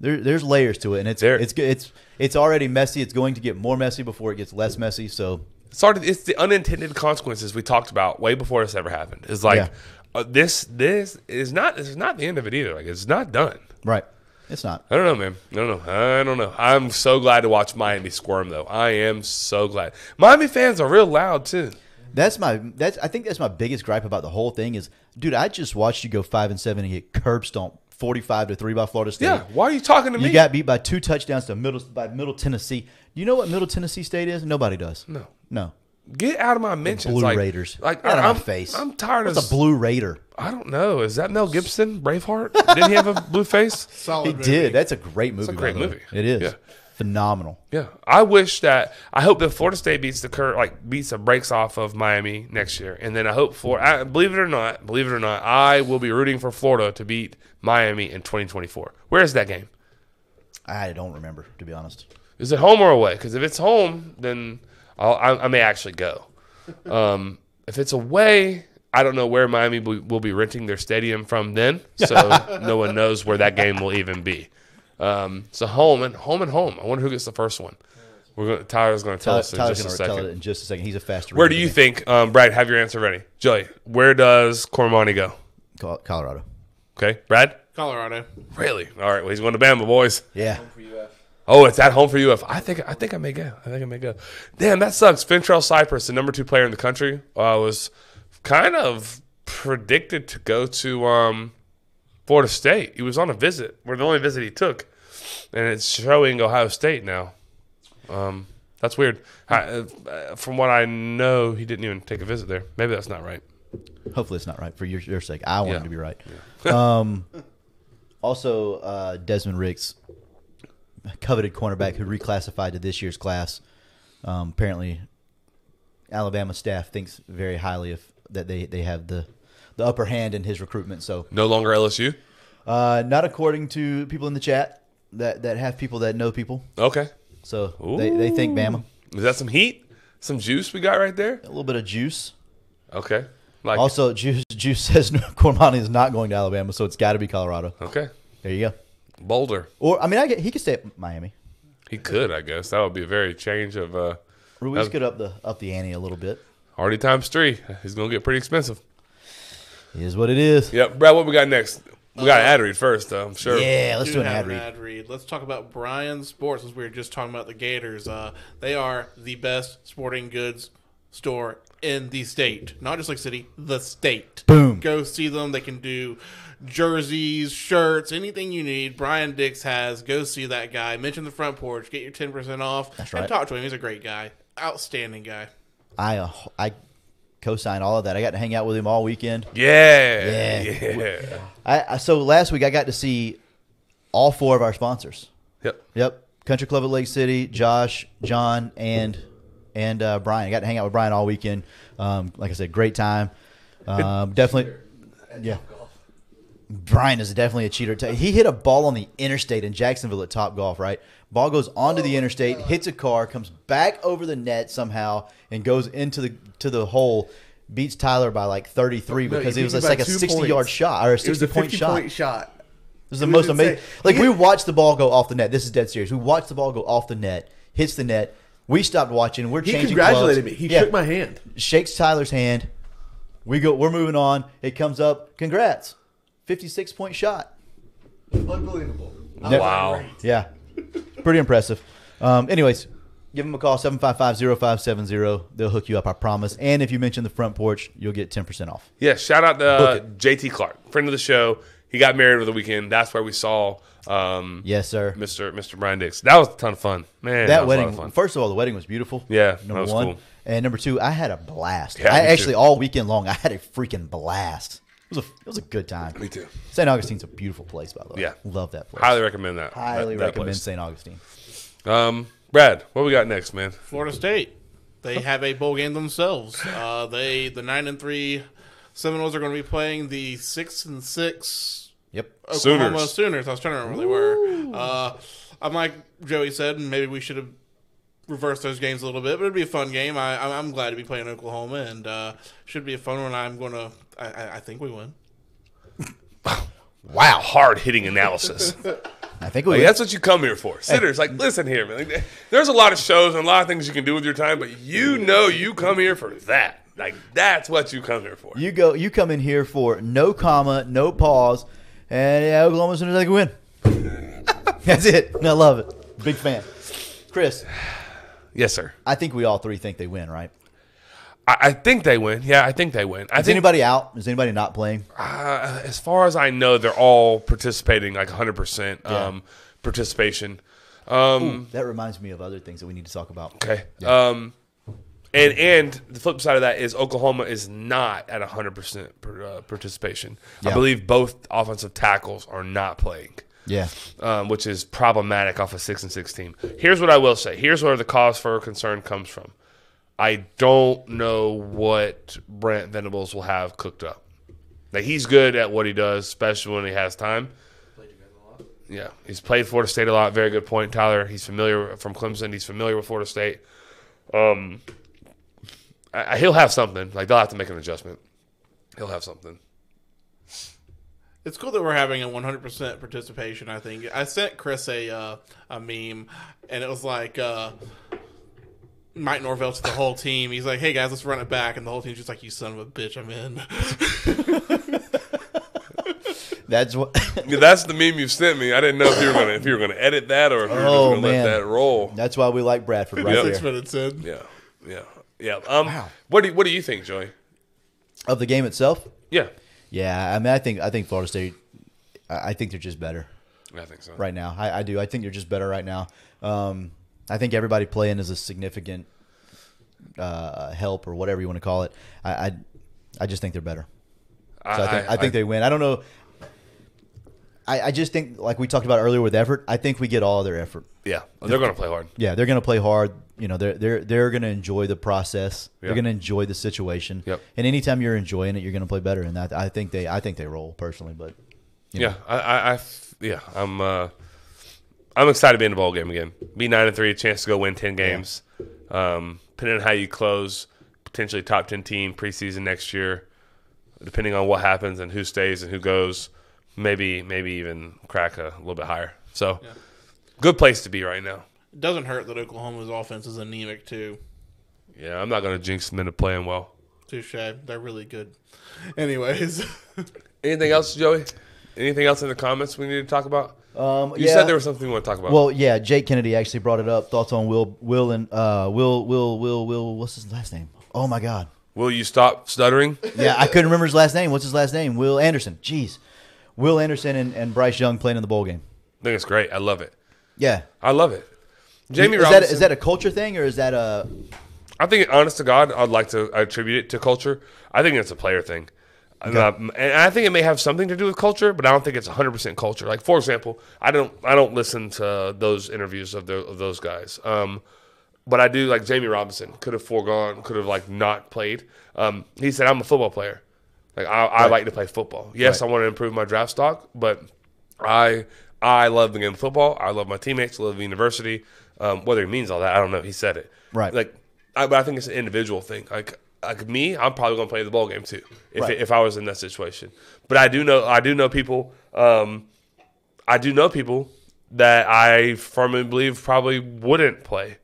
Speaker 2: There, there's layers to it, and it's
Speaker 3: There-
Speaker 2: it's good. It's it's already messy. It's going to get more messy before it gets less messy. So
Speaker 3: started it's the unintended consequences we talked about way before this ever happened it's like
Speaker 2: Yeah.
Speaker 3: uh, this this is not this is not the end of it either like it's not done
Speaker 2: right, it's not.
Speaker 3: i don't know man i don't know i don't know i'm so glad to watch miami squirm though i am so glad miami fans are real loud too
Speaker 2: That's my that's I think that's my biggest gripe about the whole thing is, dude, I just watched you go five and seven and get curb stomped forty five to three by Florida State.
Speaker 3: yeah why are you talking to
Speaker 2: you
Speaker 3: me
Speaker 2: got beat by two touchdowns to middle by Middle Tennessee. You know what Middle Tennessee State is? Nobody does. No, no.
Speaker 3: get out of my mentions
Speaker 2: Blue
Speaker 3: like,
Speaker 2: Raiders.
Speaker 3: like
Speaker 2: Get out
Speaker 3: I,
Speaker 2: of my
Speaker 3: am
Speaker 2: face.
Speaker 3: i'm tired
Speaker 2: What's
Speaker 3: of
Speaker 2: a blue Raider?
Speaker 3: i don't know is that mel gibson braveheart didn't he have a blue face
Speaker 1: Solid.
Speaker 2: He
Speaker 1: movie.
Speaker 2: did. That's a great movie. It's
Speaker 3: a great movie.
Speaker 2: It is
Speaker 3: Yeah.
Speaker 2: phenomenal.
Speaker 3: Yeah, I wish that. I hope that Florida State beats the cur like beats the breaks off of Miami next year, and then I hope for. I, believe it or not, believe it or not, I will be rooting for Florida to beat Miami in 2024. Where is that game?
Speaker 2: I don't remember to be honest.
Speaker 3: Is it home or away? Because if it's home, then I'll, I, I may actually go. Um, if it's away, I don't know where Miami will, will be renting their stadium from then, so no one knows where that game will even be. Um, so home and home and home. I wonder who gets the first one. We're gonna, Tyler's going to tell
Speaker 2: Tyler-
Speaker 3: us in
Speaker 2: Tyler's
Speaker 3: just a
Speaker 2: going to
Speaker 3: second.
Speaker 2: tell it in just a second. He's a faster.
Speaker 3: Where do you think, um, Brad? Have your answer ready, Joey. Where does Cormani go?
Speaker 2: Colorado?
Speaker 3: Okay, Brad.
Speaker 1: Colorado.
Speaker 3: Really? All right. Well, he's going to Bama, boys.
Speaker 2: Yeah,
Speaker 3: Oh, it's at home for UF. I think. I think I may go. I think I may go. Damn, that sucks. Fintrell Cypress, the number two player in the country, uh, was kind of predicted to go to um, Florida State. He was on a visit. We're the only visit he took, and it's showing Ohio State now. Um, that's weird. I, uh, from what I know, he didn't even take a visit there. Maybe that's not right.
Speaker 2: Hopefully it's not right for your, your sake. I want
Speaker 3: Yeah.
Speaker 2: it to be right. um, also, uh, Desmond Ricks coveted cornerback who reclassified to this year's class. Um, apparently, Alabama staff thinks very highly of that they, they have the the upper hand in his recruitment. So,
Speaker 3: No longer LSU.
Speaker 2: uh, not according to people in the chat that that have people that know people.
Speaker 3: Okay.
Speaker 2: So they, they think Bama.
Speaker 3: Is that some heat? Some juice we got right there?
Speaker 2: A little bit of juice.
Speaker 3: Okay. Like it.
Speaker 2: Also, Juice Juice says Cormani is not going to Alabama, so it's got to be Colorado.
Speaker 3: Okay.
Speaker 2: There you go.
Speaker 3: Boulder.
Speaker 2: Or I mean, I get, he could stay at Miami.
Speaker 3: He could, I guess. That would be a very change of uh
Speaker 2: Ruiz
Speaker 3: Um,
Speaker 2: could up the up the ante a little bit.
Speaker 3: already times three. He's gonna get pretty expensive.
Speaker 2: Is what it is.
Speaker 3: Yep, Brad, what we got next? We got an ad read first, though, I'm sure.
Speaker 2: Uh, Yeah, let's
Speaker 1: do
Speaker 2: do an
Speaker 1: have
Speaker 2: ad read.
Speaker 1: Let's talk about Brian Sports, since we were just talking about the Gators. Uh, they are the best sporting goods store in the state, not just like city, the state.
Speaker 2: Boom.
Speaker 1: Go see them. They can do jerseys, shirts, anything you need. Brian Dix has. Go see that guy. Mention the front porch. Get your ten percent off. That's
Speaker 2: right.
Speaker 1: And talk to him. He's a great guy. Outstanding guy.
Speaker 2: I uh, I co-sign all of that. I got to hang out with him all weekend.
Speaker 3: Yeah.
Speaker 2: Yeah.
Speaker 3: Yeah.
Speaker 2: I, I so last week I got to see all four of our sponsors.
Speaker 3: Yep.
Speaker 2: Yep, Country Club at Lake City, Josh, John, and and uh, Brian. I got to hang out with Brian all weekend. Um, like I said, great time. Um, definitely, yeah. Brian is definitely a cheater. He hit a ball on the interstate in Jacksonville at Top Golf, right? Ball goes onto
Speaker 5: Oh
Speaker 2: the interstate, hits a car, comes back over the net somehow, and goes into the to the hole. Beats Tyler by like thirty three
Speaker 5: No,
Speaker 2: because
Speaker 5: he
Speaker 2: it was
Speaker 5: beat me by
Speaker 2: like a
Speaker 5: two
Speaker 2: sixty
Speaker 5: points.
Speaker 2: yard shot or a
Speaker 5: It was
Speaker 2: sixty
Speaker 5: a
Speaker 2: point
Speaker 5: 50
Speaker 2: shot.
Speaker 5: point shot.
Speaker 2: This is the
Speaker 5: It
Speaker 2: most
Speaker 5: was
Speaker 2: amazing.
Speaker 5: insane.
Speaker 2: Like
Speaker 5: He-
Speaker 2: we watched the ball go off the net. This is dead serious. We watched the ball go off the net, hits the net. We stopped watching. We're
Speaker 5: He
Speaker 2: changing.
Speaker 5: congratulated
Speaker 2: clubs.
Speaker 5: me. He
Speaker 2: Yeah.
Speaker 5: shook my hand.
Speaker 2: shakes Tyler's hand. We go. We're moving on. It comes up. Congrats, fifty six point shot.
Speaker 4: Unbelievable.
Speaker 3: Wow.
Speaker 2: Yeah, pretty impressive. Um, anyways, give them a call 755-0570. They'll hook you up. I promise. And if you mention the front porch, you'll get ten percent off.
Speaker 3: Yeah, shout out to uh,
Speaker 2: Book
Speaker 3: JT Clark, friend of the show. He got married over the weekend. That's where we saw um,
Speaker 2: Yes, sir.
Speaker 3: Mr. Mr. Brian Dix. That was a ton of fun, man. That,
Speaker 2: that
Speaker 3: was a lot of
Speaker 2: wedding.
Speaker 3: fun.
Speaker 2: First of all, the wedding was beautiful.
Speaker 3: Yeah, that
Speaker 2: number
Speaker 3: was
Speaker 2: one,
Speaker 3: cool.
Speaker 2: and number two, I had a blast.
Speaker 3: Yeah,
Speaker 2: I
Speaker 3: me
Speaker 2: actually
Speaker 3: too.
Speaker 2: all weekend long, I had a freaking blast. It was a it was a good time.
Speaker 3: Me too.
Speaker 2: St. Augustine's a beautiful place, by the way.
Speaker 3: Yeah.
Speaker 2: love that place.
Speaker 3: Highly recommend that.
Speaker 2: Highly
Speaker 3: that- that
Speaker 2: recommend
Speaker 3: place.
Speaker 2: St. Augustine.
Speaker 3: Um, Brad, what we got next, man?
Speaker 1: Florida State. They have a bowl game themselves. Uh, they the nine and three Seminoles are going to be playing the six and six
Speaker 2: Yep.
Speaker 1: Oklahoma
Speaker 3: Sooners.
Speaker 1: Sooners. I was trying to remember where they were. Uh, I'm like Joey said, maybe we should have reversed those games a little bit, but it'd be a fun game. I, I'm- I'm glad to be playing Oklahoma, and uh, should be a fun one. I'm going to. I, I- I think we win.
Speaker 3: Wow, hard hitting analysis.
Speaker 2: I think we.
Speaker 3: Like, that's what you come here for. Sitters, like, listen here, man. Like, there's a lot of shows and a lot of things you can do with your time, but you know you come here for that. Like, that's what you come here for.
Speaker 2: you go. You come in here for no comma, no pause, and yeah, Oklahoma Sooners they can win. That's it. I love it. Big fan. Chris,
Speaker 3: Yes, sir.
Speaker 2: I think we all three think they win, right?
Speaker 3: I, I think they win. Yeah, I think they win. I
Speaker 2: Is
Speaker 3: think
Speaker 2: anybody out? Is anybody not playing?
Speaker 3: uh, as far as I know, they're all participating, like 100% um, participation. Um,
Speaker 2: That reminds me of other things that we need to talk about.
Speaker 3: okay. Um, and and the flip side of that is Oklahoma is not at 100% per, uh, participation. I
Speaker 2: Yeah.
Speaker 3: believe both offensive tackles are not playing.
Speaker 2: Yeah.
Speaker 3: um, which is problematic off a six and six team. Here's what I will say. Here's where the cause for concern comes from. I don't know what Brent Venables will have cooked up. Like he's good at what he does, especially when he has time. Yeah, he's played Florida State a lot. Very good point, Tyler. He's familiar from Clemson. He's familiar with Florida State. Um, I, I- he'll have something. Like they'll have to make an adjustment. He'll have something.
Speaker 1: It's cool that we're having a 100% participation, I think. I sent Chris a uh, a meme, and it was like uh, Mike Norvell to the whole team. He's like, hey, guys, let's run it back. And the whole team's just like, you son of a bitch, I'm in.
Speaker 2: That's what.
Speaker 3: Yeah, that's the meme you sent me. I didn't know if you were gonna if you were gonna edit that or if you were
Speaker 2: Oh,
Speaker 3: just gonna
Speaker 2: man.
Speaker 3: let that roll.
Speaker 2: That's why we like Bradford right
Speaker 1: Six
Speaker 2: there.
Speaker 1: minutes in.
Speaker 3: Yeah, yeah, yeah. Um, what do you, what do you think, Joey?
Speaker 2: Of the game itself,
Speaker 3: Yeah,
Speaker 2: yeah. I mean, I think I think Florida State. I I think they're just better
Speaker 3: I think so.
Speaker 2: right now. I, I do. I think they're just better right now. Um, I think everybody playing is a significant uh, help or whatever you want to call it. I, I I just think they're better. So I think, I, think they win. I don't know. I, I just think, like we talked about earlier with effort, I think we get all their effort.
Speaker 3: Yeah, they're going to play hard.
Speaker 2: Yeah, they're going to play hard. You know, they're they're they're going to enjoy the process.
Speaker 3: Yeah.
Speaker 2: They're going to enjoy the situation.
Speaker 3: Yep.
Speaker 2: And anytime you're enjoying it, you're going to play better. And that I think they I think they roll personally. But
Speaker 3: Yeah, I, I, I f- yeah, I'm, uh, I'm excited to be in the bowl game again. Be nine and three, a chance to go win ten games. Um, depending on how you close, potentially top ten team preseason next year. Depending on what happens and who stays and who goes, maybe, maybe even crack a little bit higher. So, good place to be right now.
Speaker 1: It doesn't hurt that Oklahoma's offense is anemic too.
Speaker 3: Yeah, I'm not going to jinx them into playing well.
Speaker 1: Touche. They're really good. Anyways,
Speaker 3: Anything else, Joey? Anything else in the comments we need to talk about?
Speaker 2: um,
Speaker 3: You said there was something you want to talk about.
Speaker 2: Well, yeah, Jake Kennedy actually brought it up. Thoughts on Will Will and uh, Will Will Will Will what's his last name? Oh my God.
Speaker 3: Will you stop stuttering?
Speaker 2: Yeah, I couldn't remember his last name. What's his last name? Will Anderson. Jeez. Will Anderson and, and Bryce Young playing in the bowl game.
Speaker 3: I think it's great. I love it.
Speaker 2: Yeah.
Speaker 3: I love it. Jamie
Speaker 2: is
Speaker 3: Robinson.
Speaker 2: that is that a culture thing or is that a
Speaker 3: I think, honest to God, I'd like to attribute it to culture. I think it's a player thing. And, uh, and I think it may have something to do with culture, but I don't think it's 100% culture. Like, for example, I don't I don't listen to those interviews of, the, of those guys. Um, but I do, like, Jamie Robinson could have foregone, could have, like, not played. Um, he said, I'm a football player. Like, I, I like to play football. Yes, I want to improve my draft stock, but I I love the game of football. I love my teammates. I love the university. Um, whether he means all that, I don't know. He said it
Speaker 2: Right.
Speaker 3: Like, I, but I think it's an individual thing. Like like me, I'm probably gonna play the ball game too if
Speaker 2: Right.
Speaker 3: if I was in that situation. But I do know I do know people. Um, I do know people that I firmly believe probably wouldn't play.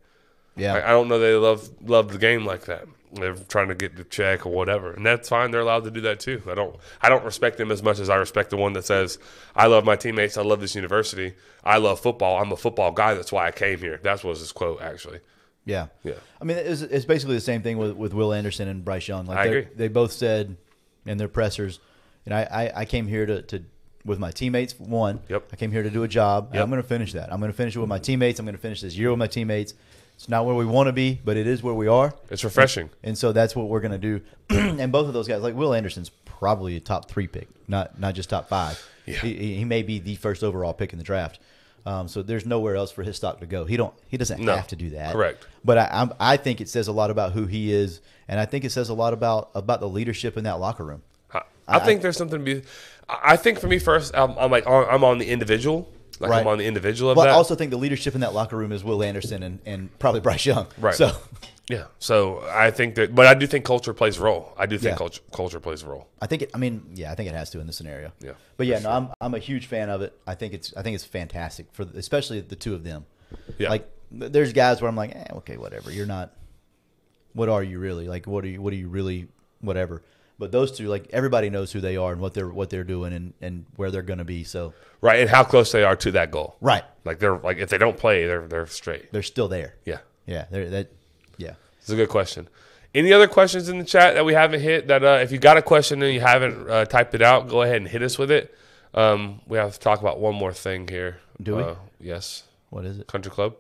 Speaker 2: yeah.
Speaker 3: I, I don't know they love love the game like that. They're trying to get the check or whatever, and that's fine. They're allowed to do that too. I don't I don't respect them as much as I respect the one that says I love my teammates. I love this university. I love football. I'm a football guy. That's why I came here. That was his quote actually.
Speaker 2: Yeah.
Speaker 3: Yeah.
Speaker 2: I mean, it's, it's basically the same thing with, with Will Anderson and Bryce Young. Like
Speaker 3: I
Speaker 2: they're-
Speaker 3: agree.
Speaker 2: They both said in their pressers, and I, I, I came here to, to with my teammates. One,
Speaker 3: Yep.
Speaker 2: I came here to do a job. and
Speaker 3: Yep.
Speaker 2: I'm going to finish that. I'm going to finish it with my teammates. I'm going to finish this year with my teammates. It's not where we want to be, but it is where we are.
Speaker 3: It's refreshing.
Speaker 2: And so that's what we're going to do. and both of those guys, like Will Anderson's probably a top three pick, not not just top five.
Speaker 3: Yeah.
Speaker 2: He- He, he may be the first overall pick in the draft. Um, so there's nowhere else for his stock to go. He don't he doesn't
Speaker 3: No.
Speaker 2: have to do that.
Speaker 3: Correct.
Speaker 2: But I I'm, I think it says a lot about who he is, and I think it says a lot about about the leadership in that locker room.
Speaker 3: I, I think there's something to be. I I think for me first, I'm, I'm like on, I'm on the individual. Like
Speaker 2: Right.
Speaker 3: I'm on the individual of
Speaker 2: But
Speaker 3: that.
Speaker 2: I also think the leadership in that locker room is Will Anderson and, and probably Bryce Young.
Speaker 3: Right.
Speaker 2: So
Speaker 3: yeah. So I think that, but I do think culture plays a role. I do think
Speaker 2: Yeah.
Speaker 3: culture culture plays a role.
Speaker 2: I think it, I mean, yeah, I think it has to in this scenario.
Speaker 3: Yeah,
Speaker 2: But yeah, no, I'm I'm a huge fan of it. I think it's I think it's fantastic for the, especially the two of them.
Speaker 3: Yeah.
Speaker 2: Like th- there's guys where I'm like, eh, okay, whatever. You're not. What are you really like? What are you? What are you really? Whatever. But those two, like everybody knows who they are and what they're what they're doing and and where they're gonna be. So
Speaker 3: Right, and how close they are to that goal.
Speaker 2: right,
Speaker 3: Like they're like if they don't play, they're they're straight.
Speaker 2: they're still there.
Speaker 3: Yeah.
Speaker 2: Yeah. They're that. Yeah.
Speaker 3: It's a good question. Any other questions in the chat that we haven't hit? That uh, if you got a question and you haven't uh, typed it out, go ahead and hit us with it. Um, we have to talk about one more thing here.
Speaker 2: Do we?
Speaker 3: Uh, yes.
Speaker 2: What is it?
Speaker 3: Country club.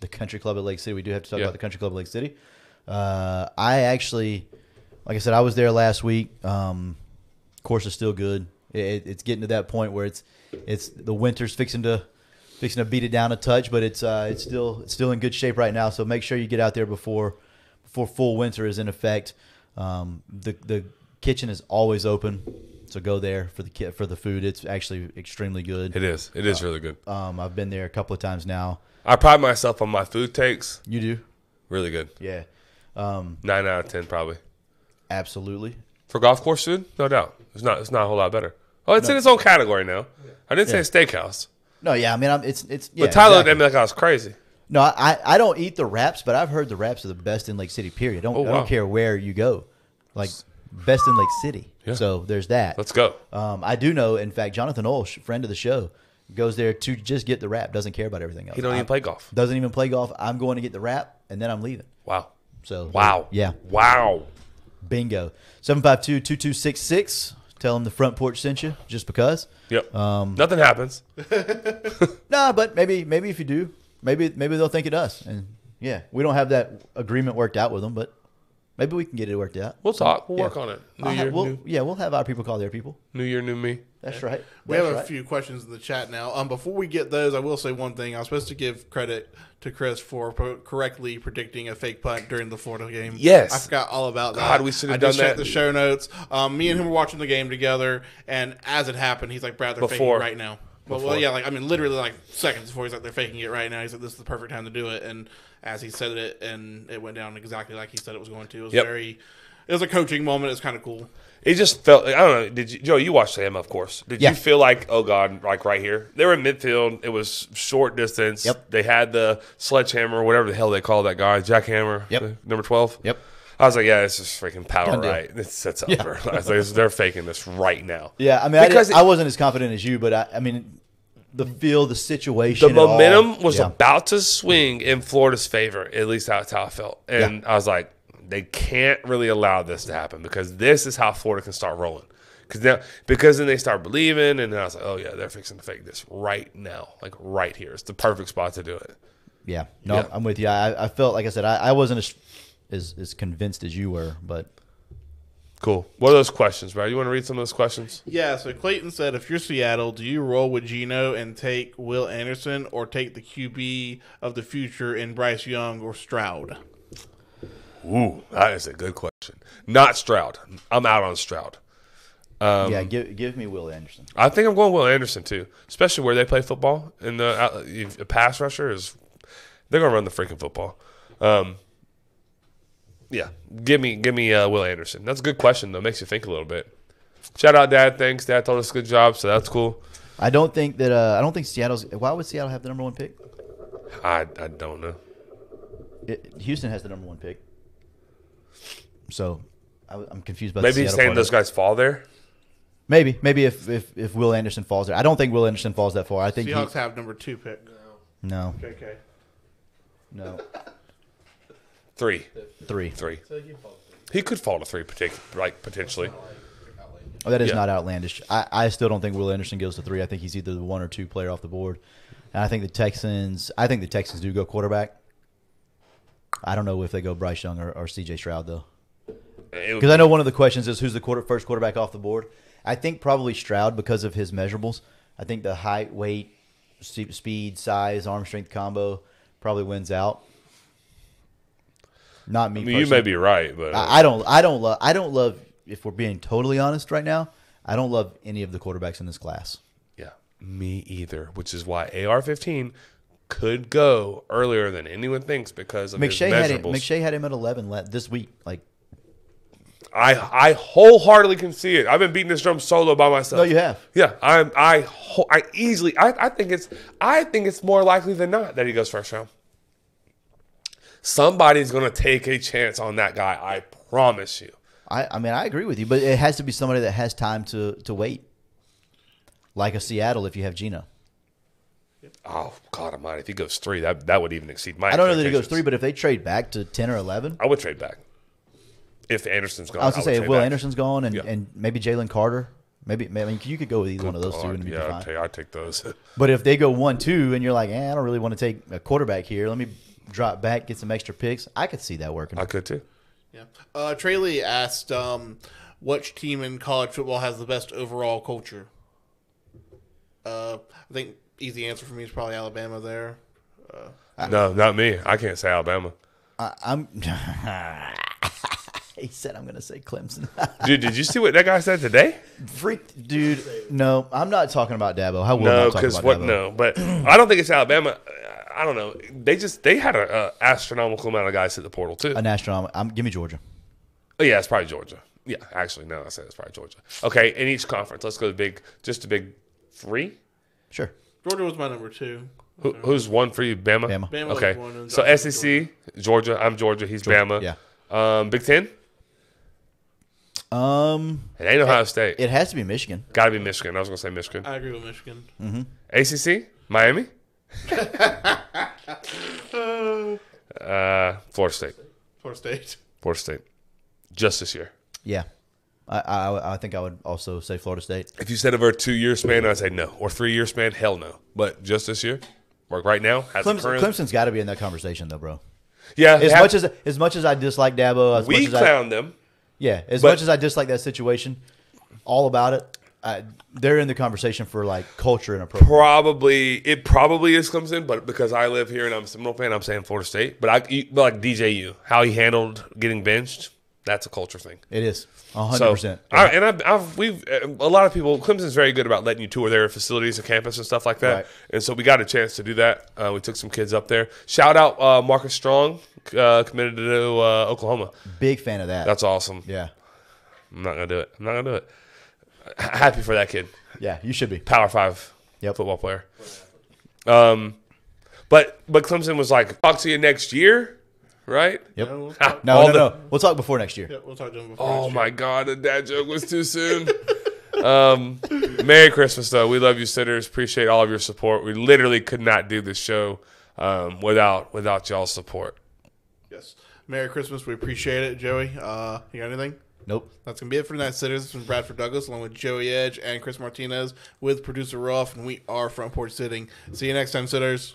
Speaker 2: the country club at Lake City. We do have to talk
Speaker 3: Yeah.
Speaker 2: about the country club at Lake City. Uh, I actually, like I said, I was there last week. Um, course is still good. It- It, it's getting to that point where it's it's the winter's fixing to fixing to beat it down a touch, but it's uh, it's still it's still in good shape right now. So make sure you get out there before before full winter is in effect. Um, the the kitchen is always open, so go there for the ki- for the food. It's actually extremely good.
Speaker 3: It is. It is really good.
Speaker 2: Um, I've been there a couple of times now.
Speaker 3: I pride myself on my food takes.
Speaker 2: You do,
Speaker 3: Really good.
Speaker 2: yeah.
Speaker 3: Nine out of ten probably.
Speaker 2: Absolutely.
Speaker 3: For golf course food, no doubt. It's not. It's not a whole lot better. Oh, it's in its own category now. I didn't say steakhouse,
Speaker 2: No, yeah, I mean, I'm, it's it's. Yeah,
Speaker 3: but Tyler looked
Speaker 2: exactly.
Speaker 3: at me like I was crazy.
Speaker 2: No, I I don't eat the wraps, but I've heard the wraps are the best in Lake City. Period. I don't,
Speaker 3: Oh,
Speaker 2: I
Speaker 3: wow.
Speaker 2: don't care where you go, like best in Lake City.
Speaker 3: Yeah.
Speaker 2: So there's that.
Speaker 3: Let's go.
Speaker 2: Um, I do know. In fact, Jonathan Olsch, friend of the show, goes there to just get the wrap. Doesn't care about everything else.
Speaker 3: He don't
Speaker 2: I-
Speaker 3: even play golf.
Speaker 2: Doesn't even play golf. I'm going to get the wrap, and then I'm leaving.
Speaker 3: Wow.
Speaker 2: So
Speaker 3: Wow.
Speaker 2: yeah,
Speaker 3: Wow.
Speaker 2: bingo. 752-2266. Tell him the front porch sent you, just because.
Speaker 3: Yep.
Speaker 2: Um,
Speaker 3: Nothing happens.
Speaker 2: Nah, but maybe maybe if you do, maybe maybe they'll think it does. And yeah, we don't have that agreement worked out with them, but Maybe we can get it worked out.
Speaker 3: We'll talk. We'll
Speaker 2: Yeah.
Speaker 3: work on it. New
Speaker 2: I'll ha-
Speaker 3: year,
Speaker 2: we'll-
Speaker 3: new,
Speaker 2: yeah, we'll have our people call their people.
Speaker 3: new year, new me.
Speaker 2: That's right.
Speaker 1: We
Speaker 2: That's
Speaker 1: have a
Speaker 2: right.
Speaker 1: few questions in the chat now. Um, before we get those, I will say one thing. I was supposed to give credit to Chris for pro- correctly predicting a fake punt during the Florida game.
Speaker 3: Yes.
Speaker 1: I forgot all about that.
Speaker 3: God, we should have
Speaker 1: I just
Speaker 3: done
Speaker 1: checked
Speaker 3: that.
Speaker 1: the show notes. Um, me and him were watching the game together, and as it happened, he's like, "Brad, they're faking
Speaker 3: Before.
Speaker 1: it right now." Well, well,
Speaker 3: Before.
Speaker 1: yeah, like I mean, literally like seconds before he's like, "They're faking it right now." He's like, "This is the perfect time to do it," and as he said it, and it went down exactly like he said it was going to. It was
Speaker 3: Yep.
Speaker 1: very. It was a coaching moment. It was kind of cool.
Speaker 3: It just felt. I don't know. Did you, Joe? You watched him, of course. Did
Speaker 2: Yeah.
Speaker 3: you feel like, oh god, like right here? They were in midfield. It was short distance.
Speaker 2: Yep.
Speaker 3: They had the sledgehammer, whatever the hell they call that guy, jackhammer.
Speaker 2: Yep.
Speaker 3: the- Number twelve.
Speaker 2: Yep.
Speaker 3: I was like, yeah, this is freaking power
Speaker 2: Done deal.
Speaker 3: right. It's that's over. I was like, they're faking this right now.
Speaker 2: Yeah, I mean, I,
Speaker 3: Because
Speaker 2: didn't- I wasn't as confident as you, but I, I mean, the feel, the situation,
Speaker 3: the
Speaker 2: it all-
Speaker 3: momentum was
Speaker 2: yeah.
Speaker 3: about to swing in Florida's favor. At least that's how I felt, and I was like, they can't really allow this to happen because this is how Florida can start rolling. Because now, because then they start believing, and then I was like, oh yeah, they're fixing to fake this right now, like right here. It's the perfect spot to do it.
Speaker 2: Yeah, no,
Speaker 3: Yeah.
Speaker 2: I'm with you. I, I felt like I said I, I wasn't as, as as convinced as you were, but
Speaker 3: Cool. What are those questions, Brad? You want to read some of those questions?
Speaker 1: Yeah, so Clayton said, if you're Seattle, do you roll with Gino and take Will Anderson or take the QB of the future in Bryce Young or Stroud?
Speaker 3: Ooh, that is a good question. Not Stroud. I'm out on Stroud. Um,
Speaker 2: yeah, give give me Will Anderson.
Speaker 3: I think I'm going Will Anderson too, especially where they play football. And the uh, if a pass rusher is they're gonna run the freaking football. Um, yeah, give me give me uh, Will Anderson. That's a good question though. Makes you think a little bit. Shout out, Dad. Thanks, Dad. Told us a good job, so that's cool.
Speaker 2: I don't think that uh, I don't think Seattle's. Why would Seattle have the number one pick?
Speaker 3: I I don't know.
Speaker 2: It, Houston has the number one pick, so I, am confused about. the
Speaker 3: Maybe he's
Speaker 2: Seattle
Speaker 3: saying
Speaker 2: part
Speaker 3: those
Speaker 2: of it.
Speaker 3: guys fall there.
Speaker 2: Maybe maybe if, if if Will Anderson falls there, I don't think Will Anderson falls that far. I think he,
Speaker 1: Seahawks have number two pick.
Speaker 2: no
Speaker 1: Okay.
Speaker 2: no
Speaker 3: Three,
Speaker 2: three.
Speaker 3: three. He could fall to three, partic- like potentially.
Speaker 2: Oh, that is
Speaker 3: Yeah.
Speaker 2: not outlandish. I, I still don't think Will Anderson goes to three. I think he's either the one or two player off the board. And I think the Texans. I think the Texans do go quarterback. I don't know if they go Bryce Young or, or C.J. Stroud though,
Speaker 3: It would-
Speaker 2: because I know one of the questions is who's the quarter first quarterback off the board. I think probably Stroud because of his measurables. I think the height, weight, se- speed, size, arm strength combo probably wins out. Not me.
Speaker 3: you may
Speaker 2: personally.
Speaker 3: be right, but
Speaker 2: I, I don't. I don't love. I don't love. If we're being totally honest right now, I don't love any of the quarterbacks in this class.
Speaker 3: Yeah, me either. Which is why AR-15 could go earlier than anyone thinks because of
Speaker 2: McShay
Speaker 3: his
Speaker 2: had him.
Speaker 3: measurables.
Speaker 2: McShay had him at eleven la- this week. Like,
Speaker 3: I I wholeheartedly can see it. I've been beating this drum solo by myself.
Speaker 2: No, you have.
Speaker 3: Yeah, I'm. I ho- I easily. I, I think it's. I think it's more likely than not that he goes first round. Somebody's gonna take a chance on that guy. I promise you.
Speaker 2: I, I mean, I agree with you, but it has to be somebody that has time to to wait, like a Seattle. If you have Gino,
Speaker 3: Oh God Almighty! If he goes three, that that would even exceed my.
Speaker 2: I don't know that he goes
Speaker 3: expectations.
Speaker 2: three, but if they trade back to ten or eleven,
Speaker 3: I would trade back. If Anderson's gone,
Speaker 2: I was gonna
Speaker 3: would
Speaker 2: say if
Speaker 3: trade
Speaker 2: Will
Speaker 3: back.
Speaker 2: Anderson's gone and,
Speaker 3: Yeah.
Speaker 2: and maybe Jalen Carter, maybe I mean, you could go with either one of those two
Speaker 3: Oh,
Speaker 2: and be
Speaker 3: yeah,
Speaker 2: fine.
Speaker 3: I'd take, I'd take those.
Speaker 2: But if they go one two and you're like, eh, I don't really want to take a quarterback here. Let me drop back, get some extra picks. I could see that working.
Speaker 3: I could too.
Speaker 1: Yeah. Uh, Trey Lee asked, um, which team in college football has the best overall culture? Uh, I think easy answer for me is probably Alabama there.
Speaker 2: Ah.
Speaker 3: no, not me. I can't say Alabama.
Speaker 2: I, I'm. he said I'm going to say Clemson.
Speaker 3: Dude, did you see what that guy said today?
Speaker 2: Freak, dude. No, I'm not talking about Dabo. I will not
Speaker 3: No,
Speaker 2: talk
Speaker 3: because
Speaker 2: about
Speaker 3: what?
Speaker 2: Dabo.
Speaker 3: No, but I don't think it's Alabama. I don't know. They just they had an astronomical amount of guys hit the portal too.
Speaker 2: An astronom- I'm Give me Georgia.
Speaker 3: Oh, yeah, it's probably Georgia. Yeah, actually, no, I said it's probably Georgia. Okay, in each conference, let's go to big, just a big three.
Speaker 2: Sure.
Speaker 1: Georgia was my number two.
Speaker 3: Who, who's one for you, Bama?
Speaker 2: Bama.
Speaker 1: Mm-hmm. Bama was
Speaker 3: okay,
Speaker 1: one, and
Speaker 3: so
Speaker 1: I was
Speaker 3: SEC, Georgia. I'm Georgia. He's Bama.
Speaker 2: yeah.
Speaker 3: Yeah. Um, big Ten.
Speaker 2: Um,
Speaker 3: It ain't Ohio State.
Speaker 2: it has to be Michigan.
Speaker 3: Got to be Michigan. I was gonna say Michigan.
Speaker 1: I agree with Michigan.
Speaker 3: ACC, Miami, uh, Florida State,
Speaker 1: Florida State.
Speaker 3: Florida State, just this year.
Speaker 2: Yeah. I, I I think I would also say Florida State.
Speaker 3: If you said over a two-year span, I'd say no, or three-year span, hell no. But just this year, like right now, as a
Speaker 2: Clemson,
Speaker 3: current,
Speaker 2: Clemson's got to be in that conversation though, bro.
Speaker 3: Yeah,
Speaker 2: As
Speaker 3: have-
Speaker 2: much as as much as I dislike Dabo, as
Speaker 3: we
Speaker 2: much as I,
Speaker 3: clown them.
Speaker 2: yeah, as
Speaker 3: but-
Speaker 2: much as I dislike that situation, all about it. I, they're in the conversation for like culture and appropriate.
Speaker 3: Probably it probably is Clemson, but because I live here and I'm a Seminole fan, I'm saying Florida State. But I you- but like DJU, how he handled getting benched, that's a culture thing.
Speaker 2: It is hundred
Speaker 3: So,
Speaker 2: percent.
Speaker 3: I, and I've, I've we've uh, a lot of people. Clemson's very good about letting you tour their facilities and campus and stuff like that.
Speaker 2: Right.
Speaker 3: And so we got a chance to do that. Uh, we took some kids up there. Shout out uh, Marcus Strong, uh, committed to uh, Oklahoma.
Speaker 2: Big fan of that.
Speaker 3: That's awesome.
Speaker 2: yeah,
Speaker 3: I'm not gonna do it. I'm not gonna do it. H- happy for that kid.
Speaker 2: yeah. You should be.
Speaker 3: Power five
Speaker 2: Yep.
Speaker 3: football player. Um, but but Clemson was like, talk to you next year, right?
Speaker 2: Yep.
Speaker 1: No, we'll
Speaker 2: No,
Speaker 1: talk-
Speaker 2: no,
Speaker 3: all
Speaker 2: no,
Speaker 3: the-
Speaker 2: We'll talk before next year.
Speaker 1: yeah, we'll talk to him before.
Speaker 3: Oh
Speaker 1: next
Speaker 3: my God, the dad joke was too soon. um, Merry Christmas, though. We love you, sitters. Appreciate all of your support. We literally could not do this show um, without without y'all's support.
Speaker 1: year. Yes. Merry Christmas. We appreciate it, Joey. Uh, you got anything?
Speaker 2: Nope.
Speaker 1: That's gonna be it for tonight, sitters. It's been Bradford Douglas along with Joey Edge and Chris Martinez with producer Rolf, and we are Front Porch Sitting. See you next time, sitters.